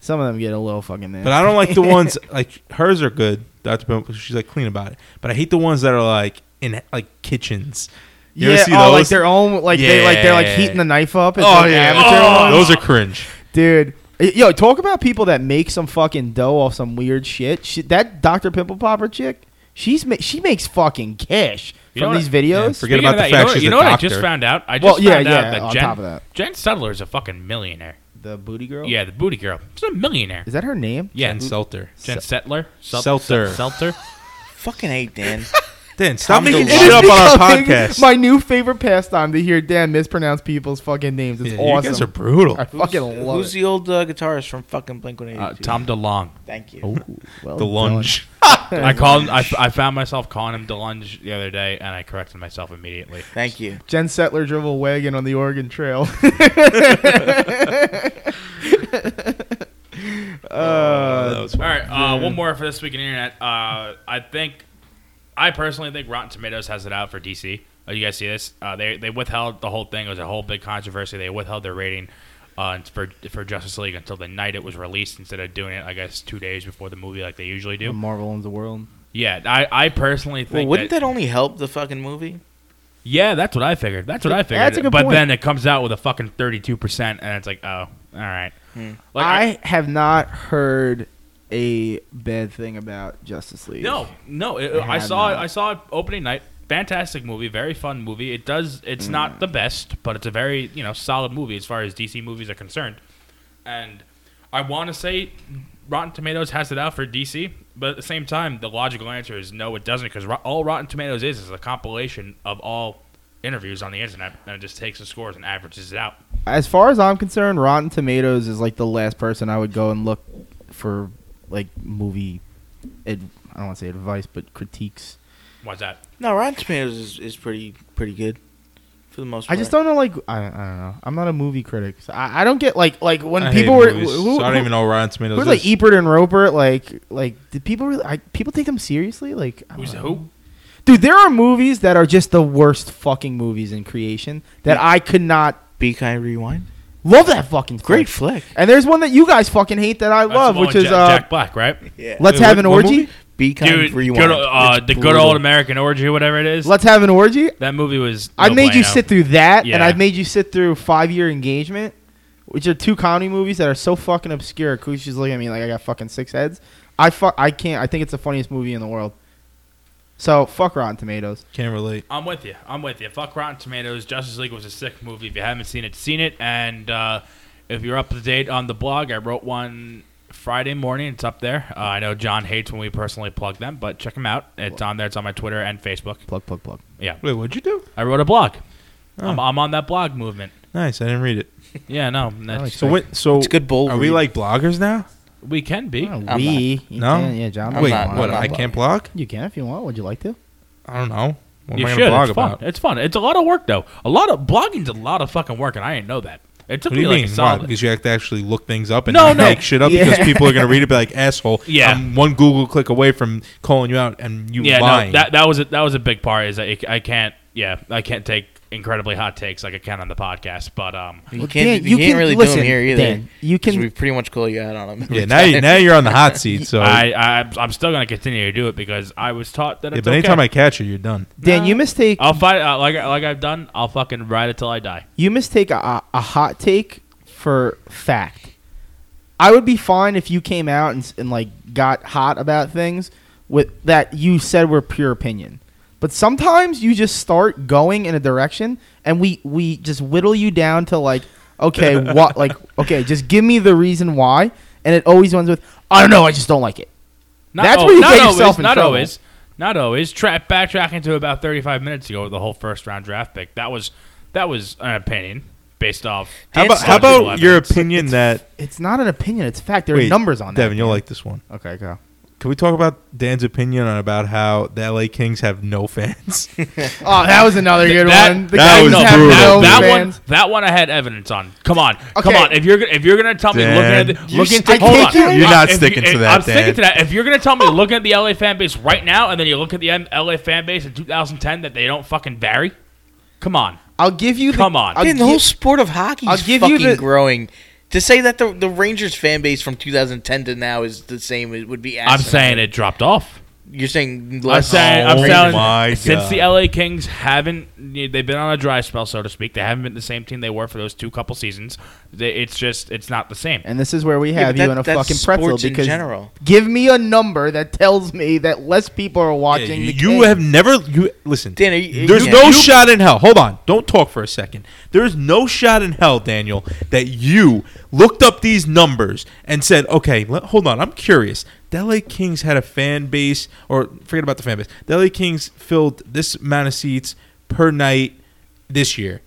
Some of them get a little fucking there.
But I don't like the ones like hers are good. Dr. Pimple, she's like clean about it. But I hate the ones that are like in like kitchens. You
yeah,
ever see
oh, like
those?
their own, like they like they're like
Yeah.
heating the knife up. It's
oh
like
yeah,
amateur ones.
those are cringe.
dude. Y- Yo, talk about people that make some fucking dough off some weird shit. She, that Dr. Pimple Popper chick, she's ma- she makes fucking cash
You know
from
what-
these videos.
Yeah, forget
Speaking
about
of
the fact
that,
she's
you know, what- you know
a
what I
doctor.
just found out? I just
Well, yeah,
found out
yeah,
that
on
Jen,
top of that.
Jen Settler is a fucking millionaire.
the booty
Oh.
girl.
Yeah, the booty girl. She's a millionaire.
is that her name?
Yeah,
Dan
Mm-hmm.
who-
Selter.
Jen Settler.
Seltzer.
Seltzer.
fucking hate Dan.
Dan, stop
I'm
making
the- It
shit
is
up on our
becoming
podcast.
My new favorite pastime to hear Dan mispronounce people's fucking names. It's
Yeah, you
awesome.
guys are brutal.
I fucking love
Who's
it.
the old uh, guitarist from fucking Blink One Eighty Two?
Uh, Tom DeLong.
Thank you.
Well
The
done.
lunge.
I called him. I, I found myself calling him DeLunge the other day, and I corrected myself immediately.
Thank you.
Jen Settler drove a wagon on the Oregon Trail.
that was
All right, uh, one more for this week in internet. Uh, I think, I personally think Rotten Tomatoes has it out for DC. Oh, you guys see this? Uh, they they withheld the whole thing. It was a whole big controversy. They withheld their rating uh, for for Justice League until the night it was released, instead of doing it, I guess, two days before the movie, like they usually do.
Marvel owns the world.
Yeah, I, I personally
Well,
think.
wouldn't
that,
that only help the fucking movie?
Yeah, that's what I figured. That's what I figured.
That's a good
but
point.
then it comes out with a fucking thirty two percent, and it's like, oh, all right. Like
Hmm. I have not heard a bad thing about Justice League.
No, no. It,
I
I
have
saw. it
not.
I saw it opening night. Fantastic movie. Very fun movie. It does. It's not the best, but it's a very you know solid movie as far as DC movies are concerned. And I want to say Rotten Tomatoes has it out for DC, but at the same time, the logical answer is no, it doesn't, because ro- all Rotten Tomatoes is is a compilation of all interviews on the internet, and it just takes the scores and averages it out.
As far as I'm concerned, Rotten Tomatoes is like the last person I would go and look for, like movie. Ad- I don't want to say advice, but critiques.
Why's that?
No, Rotten Tomatoes is, is pretty pretty good for the most.
I
part.
just don't know. Like I, I don't know. I'm not a movie critic. So I, I don't get like like when
I hate
people were
movies,
who,
so I
who-
don't even know where Rotten Tomatoes.
who's
Is.
like Ebert and Roper. Like like did people really I, people take them seriously? Like I don't
Who's
know.
who?
Dude, there are movies that are just the worst fucking movies in creation that I could not
Be kind, rewind.
love. That fucking flick.
Great flick.
And there's one that you guys fucking hate that I
That's
love,
the one
which
with
is
Ja-
uh,
Jack Black, right?
Yeah.
Let's
Wait,
have
what-
an
what
orgy.
movie?
Be kind,
Dude,
rewind.
good, uh,
It's
the good
brutal.
old American Orgy, whatever it is.
Let's have an orgy.
that movie was.
I
no
made you
bueno.
sit through that, and
Yeah.
I made you sit through Five Year Engagement, which are two comedy movies that are so fucking obscure. Kush is looking at me like I got fucking six heads. I fuck. I can't. I think it's the funniest movie in the world. So fuck Rotten Tomatoes.
Can't relate.
I'm with you. I'm with you. Fuck Rotten Tomatoes. Justice League was a sick movie. If you haven't seen it, seen it. And uh, if you're up to date on the blog, I wrote one Friday morning. It's up there. Uh, I know John hates when we personally plug them, but check them out. It's on there. It's on my Twitter and Facebook.
Plug plug plug.
Yeah,
Wait, what'd you do?
I wrote a blog.
Oh.
I'm, I'm on that blog movement.
Nice, I didn't read it.
Yeah, no,
like
that's,
So what? So
It's good bull
Are we
read.
like bloggers now?
we can be.
Oh,
I'm
we you
No?
can, yeah, John.
I'm
Wait,
not-
what?
I'm not
I can't blog?
You can if you want. Would you like to?
I don't know. What
you
am I
should.
gonna blog
it's fun.
about?
It's fun. It's a lot of work though. A lot of blogging's a lot of fucking work, and I didn't know that. It took
What do
me
you
like
mean?
a
Why?
solid.
Because you have to actually look things up and
No,
not
no.
make shit up because
Yeah.
people are going to read it be like asshole.
Yeah.
I'm one Google click away from calling you out and you
yeah,
lying.
no, that that was a, that was a big part. Is I, I can't. Yeah, I can't take incredibly hot takes like I can on the podcast. But um,
You
Well,
can't,
Dan,
you
you
can't
can-
really do
listen,
them here either.
Dan, you
'cause
can-
We pretty much call you out on them.
yeah, now you now you're on the hot seat. So
I, I I'm still gonna continue to do it because I was taught that.
yeah,
It's
but anytime
okay.
I catch you, you're done.
Dan,
No.
you mistake
I'll fight uh, like like I've done. I'll fucking ride it till I die.
you mistake a, a hot take for fact. I would be fine if you came out and, s- and like got hot about things with that you said were pure opinion. But sometimes you just start going in a direction and we we just whittle you down to like okay, what like okay, just give me the reason why and it always ends with I don't know, I just don't like it. That's
al-
where you
not
get
always,
yourself in
Not
trouble.
always. Not always. Tra- backtracking to about 35 minutes ago, the whole first round draft pick. That was that was an opinion based off.
How about how
logical
about your
evidence.
opinion that
It's not an opinion, it's fact. There are
Wait,
numbers on
Devin?
that.
You'll like this one.
Okay, go.
Can we talk about Dan's opinion on about how the LA Kings have no fans?
Oh, that was another good
that,
one. The
that
guys
was
no,
have
brutal.
no
That, that
fans.
one, that one, I had evidence on. Come on, come
Okay.
on. If you're gonna- if you're gonna tell me
Dan,
looking at the,
you're
looking,
st- I
hold
can't
on,
do it. You're
not
If
sticking to
if-
that,
I'm sticking
Dan.
to that. If you're gonna tell me looking at the LA fan base right now, and then you look at the M- LA fan base in 2010 that they don't fucking vary. Come on,
I'll give you the,
Come on.
I'll
Dan, the
gi-
whole sport of hockey
I'll
is
give you
fucking
the-
growing. To say that the, the Rangers fan base from 2010 to now is the same it would be.
I'm
asinine.
saying it dropped off.
You're saying
I'm
less.
saying, I'm
Oh
saying,
my
since
God.
the LA Kings haven't, they've been on a dry spell, so to speak. They haven't been the same team they were for those two couple seasons. They, it's just, it's not the same.
And this is where we
Yeah,
have
but
you
that-
in a
that's
fucking pretzel
sports in
because
general.
give me a number that tells me that less people are
Yeah,
watching.
you,
the
you
game.
have never you listen.
Dan, are you-
there's
yeah.
no
You-
shot in hell. Hold on, don't talk for a second. There is no shot in hell, Daniel, that you looked up these numbers and said, "Okay, let, hold on, I'm curious." The LA Kings had a fan base, or forget about the fan base. The LA Kings filled this amount of seats per night this year.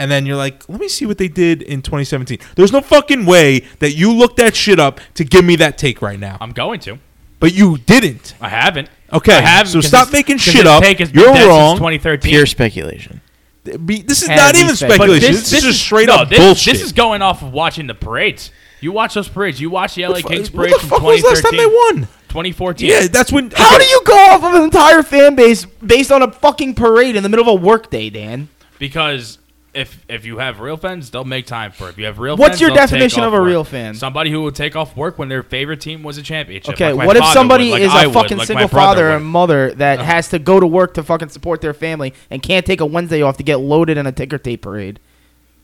And then you're like, let me see what they did in 2017. There's no fucking way that you looked that shit up to give me that take right now.
I'm going to.
But you didn't.
I haven't.
Okay,
I haven't.
so
because
stop
this-
making
because
shit
this
up.
Take has been
You're
dead since
wrong.
2013.
Pure speculation.
Be- this is
Heavy
not even
spec- But
speculation.
This,
This, is just straight
no,
up
this,
bullshit.
This is going off of watching the parades. You watch those parades. You watch the LA
What the
Kings
fuck
parades from
was
2013.
last time they won?
2014.
Yeah, that's when.
How
okay,
do you go off of an entire fan base based on a fucking parade in the middle of a workday, Dan?
Because if if you have real fans, they'll make time for it. If you have real
What's
fans,
your
they'll take
definition
off
of a
work.
real fan?
Somebody who will take off work when their favorite team was a championship.
Okay,
like my
what if
father
somebody
would, like
is
I
a
would,
fucking
like my
single
brother
father
would. Uh-huh.
and mother that has to go to work to fucking support their family and can't take a Wednesday off to get loaded in a ticker tape parade?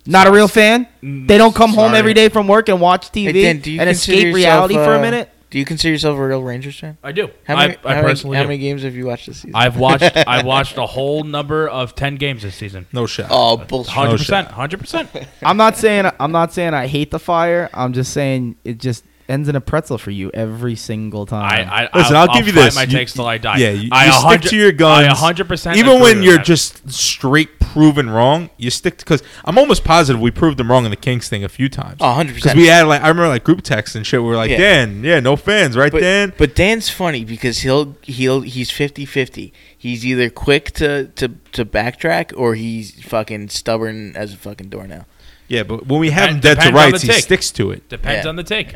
Not a real fan? They don't come home
sorry.
every day from work and watch TV
Hey, Dan, do you
and
consider
escape
yourself,
reality for a
uh,
minute?
Do you consider yourself a real Rangers fan?
I do.
How many,
I, I
how many-
personally
how
do.
many games have you watched this season?
I've watched. I've watched a whole number of ten games this season.
No shot.
oh bullshit.
Hundred
shot.
percent. Hundred percent.
I'm not saying I'm not saying I hate the fire. I'm just saying it just ends in a pretzel for you every single time.
I, I
Listen, I'll, give you
fight
this.
My
you,
takes till I die.
Yeah, you,
I
you
100
stick to your
I
guns.
100 percent.
Even when you're just straight proven wrong, you stick because I'm almost positive we proved them wrong in the Kings thing a few times.
Oh, 100%.
Because we had like I remember like group texts and shit. We were like,
Yeah.
Dan, yeah, no fans, right,
but,
Dan?
but Dan's funny because he'll he'll he's 50-50. He's either quick to, to, to backtrack or he's fucking stubborn as a fucking doornail.
Yeah, but when we have him
Depend-
dead to
depends on
rights,
the
he
take.
sticks to it.
Depends
Yeah.
on the take.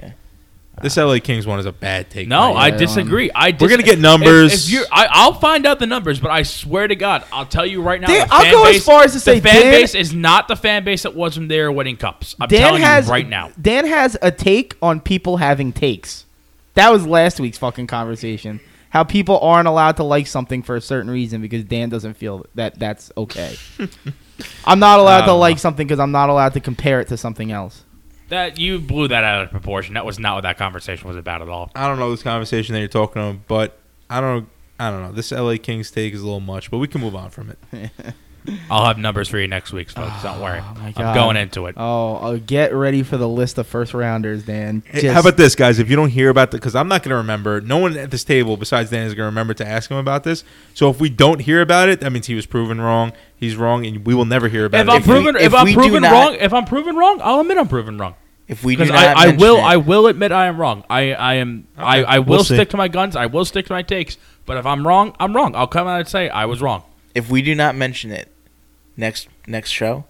This LA Kings one is a bad take.
No, I
Yeah,
disagree. I dis-
We're gonna get
if-
numbers.
If, you, I, I'll find out the numbers, but I swear to God, I'll tell you right now.
Dan-
the
I'll
fan
go as
base-
far as to
the
say
fan
Dan-
base is not the fan base that was when they were winning cups. I'm
Dan
telling
has
you right now.
Dan has a take on people having takes. That was last week's fucking conversation. How people aren't allowed to like something for a certain reason because Dan doesn't feel that that's okay. I'm not allowed to
Um,
Uh.
like something because I'm not allowed to compare it to something else.
That you blew that out of proportion. That was not what that conversation was about at all.
I don't know this conversation that you're talking on, but I don't. I don't know. This LA Kings take is a little much, but we can move on from it.
I'll have numbers for you next week, folks. Don't worry.
Oh,
my God.
I'm going into it.
Oh, uh, get ready for the list of first rounders, Dan.
Hey,
Just-
How about this, guys? If you don't hear about the, because I'm not going to remember. No one at this table besides Dan is going to remember to ask him about this. So if we don't hear about it, that means he was proven wrong. He's wrong, and we will never hear about
If
it.
I'm
If we-
proven, if,
if we
I'm
do
proven
not-
wrong, if I'm proven wrong, I'll admit I'm proven wrong.
If we do
Because
not
I, I
mention
will,
it-
I will admit I am wrong. I, I am, I,
Okay,
I will
we'll see.
stick to my guns. I will stick to my takes. But if I'm wrong, I'm wrong. I'll come out and say I was wrong.
if we do not mention it next next show,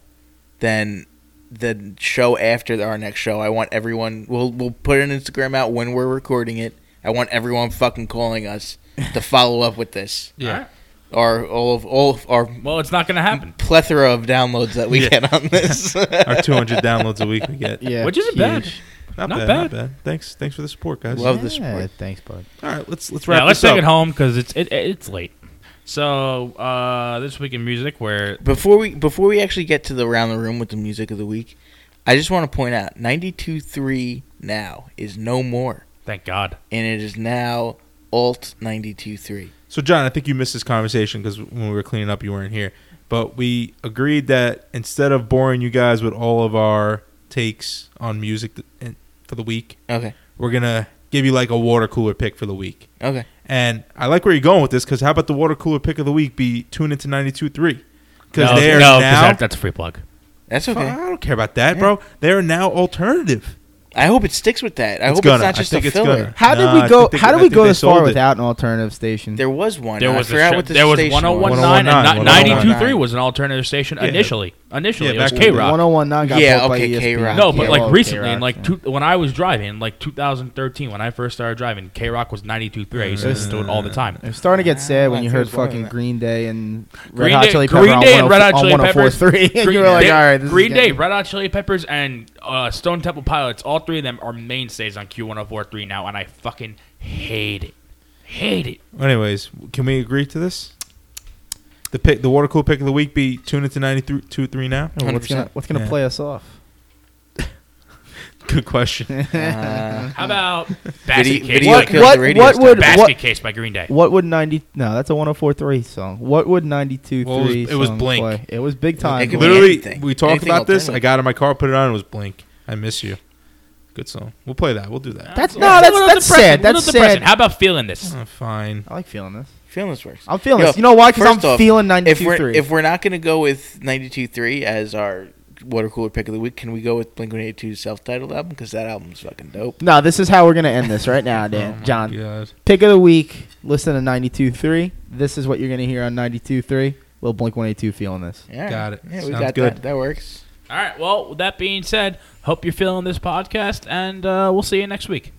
then the show after our next show, I want everyone. We'll we'll put an Instagram out when we're recording it. I want everyone fucking calling us to follow up with this.
Yeah.
Alright.
Our all of all of our
Well, it's not going to happen.
plethora of downloads that we get on this.
Our 200 downloads a week we get.
Yeah,
Which isn't
huge.
bad.
not,
Not
bad,
bad.
Not bad. Thanks, thanks for the support, guys.
Love
yeah,
this sport.
Thanks, bud.
All right, let's let's wrap
Yeah, let's
this
take it
up.
home because it's it, it's late. So uh, this week in music, where
before we before we actually get to the round the room with the music of the week, I just want to point out ninety two three now is no more,
thank God.
and it is now alt ninety two three.
So, John, I think you missed this conversation because when we were cleaning up, you weren't here. But we agreed that instead of boring you guys with all of our takes on music th- in- for the week,
Okay.
we're gonna give you like a water cooler pick for the week.
Okay.
And I like where you're going with this because how about the water cooler pick of the week be tune into 92.3? Because
No,
they are
no, 'cause
now.
that, that's a free plug.
That's okay.
I don't care about that,
Yeah.
bro. They are now alternative.
I hope it sticks with that. I
It's
hope
gonna.
it's not
I
just a
think it's
filler.
gonna.
How did
Nah, I
we go?
think they-
how
I
did we
think
go
they
this far
sold it.
without an alternative station?
There was one.
There was
I forgot
a,
what
what
the
there was
station
1019 and
1019.
923 was an alternative station
Yeah.
initially. Initially,
Yeah,
it was
back in the
K
day.
oh
Rock.
1019 got
Yeah,
bought by
okay,
ESPN.
K-Rock.
No, but
Yeah,
like
Oh,
recently,
K-Rock,
in like
yeah.
two, when I was driving, in like 2013, when I first started driving, K Rock was 92.3. I used to
Mm.
listen to it all the time.
It's starting to get sad when you
I
heard
think it was one of
fucking
them.
Green Day and Red
Green
Hot
Day,
Chili Pepper
Green
on
Day and
10-
Red Hot
on
Chili Peppers.
104.3, and you were like,
Day,
all right, this
Green
is
Day,
getting-
Red Hot Chili Peppers, and uh, Stone Temple Pilots. All three of them are mainstays on Q1043 now, and I fucking hate it. Hate it.
Anyways, can we agree to this? The pick, the water cool pick of the week be tune into 92.3 now?
Oh, What's gonna
100%.
What's gonna
Yeah.
play us off?
Good question.
Uh,
How about Basket Case?
Video- video
by-
What,
killed
what,
the radio
what
station.
would
basket
what,
Case by Green Day.
what would ninety? No, that's a 104.3 song. What would 92.3?
Well, it was- it was
song
Blink.
play? It was big time.
It could be
Blink.
Literally,
anything.
we talked
Anything
about this. I
alternative.
got in my car, put it on, it was Blink. I miss you. Good song. We'll play that. We'll do that.
That's-
A
no,
little
that's- that's
depressing,
sad.
little
That's
depressing.
sad.
How about feeling this?
Uh, fine.
I like feeling this.
feeling this works.
I'm feeling
Yo,
this. You know why? Because I'm
first off,
feeling
If we're
92.3.
if we're not gonna go with 92.3 as our water cooler pick of the week, can we go with Blink 182's self titled album? Because that album's fucking dope.
no, this is how we're gonna end this right now,
Oh
Dan.
my
John,
God.
pick of the week. Listen to 92.3. This is what you're gonna hear on 92.3. Little Blink 182 feeling this.
Yeah,
Got it.
Yeah, we
Sounds
got
good.
that. That works.
All right. Well, with that being said, hope you're feeling this podcast, and uh, we'll see you next week.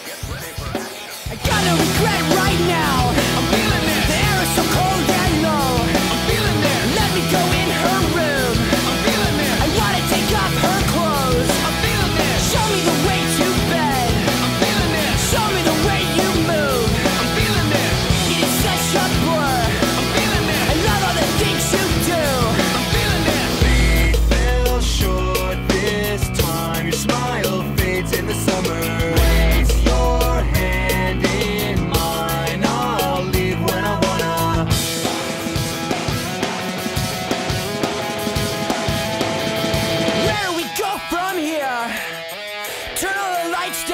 I got a regret right now. I'm feeling it. The air is so cold and low. I'm feeling it. Let me go in her room. I'm feeling it. I wanna take off her clothes. I'm feeling it. Show me the way to bed. I'm feeling it. Show me the way you move. I'm feeling it. It's such a blur. I'm feeling it. I love all the things you do. I'm feeling it.
We fell short this time. Your smile fades in the summer. Place your hand in mine. I'll leave when I wanna.
Where do we go from here? Turn all the lights.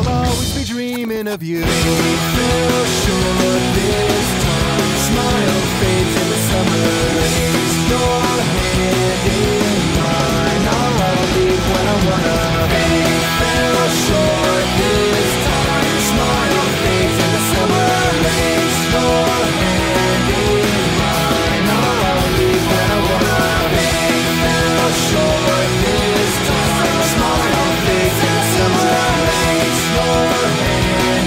vision of you. Baby, fell short this time. Smile fades in the summer. Raise your hand in mine. I'll leave when I wanna. Baby, fell short this time. Smile fades in the summer. Raise your hand in mine. I'll leave when I wanna. Baby, fell short this time. Smile fades in the summer. Raise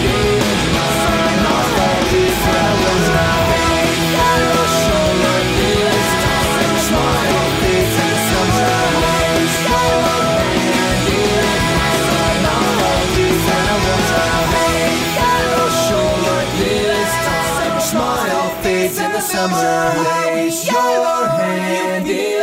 your Smile fades in the summer. Raise your hand in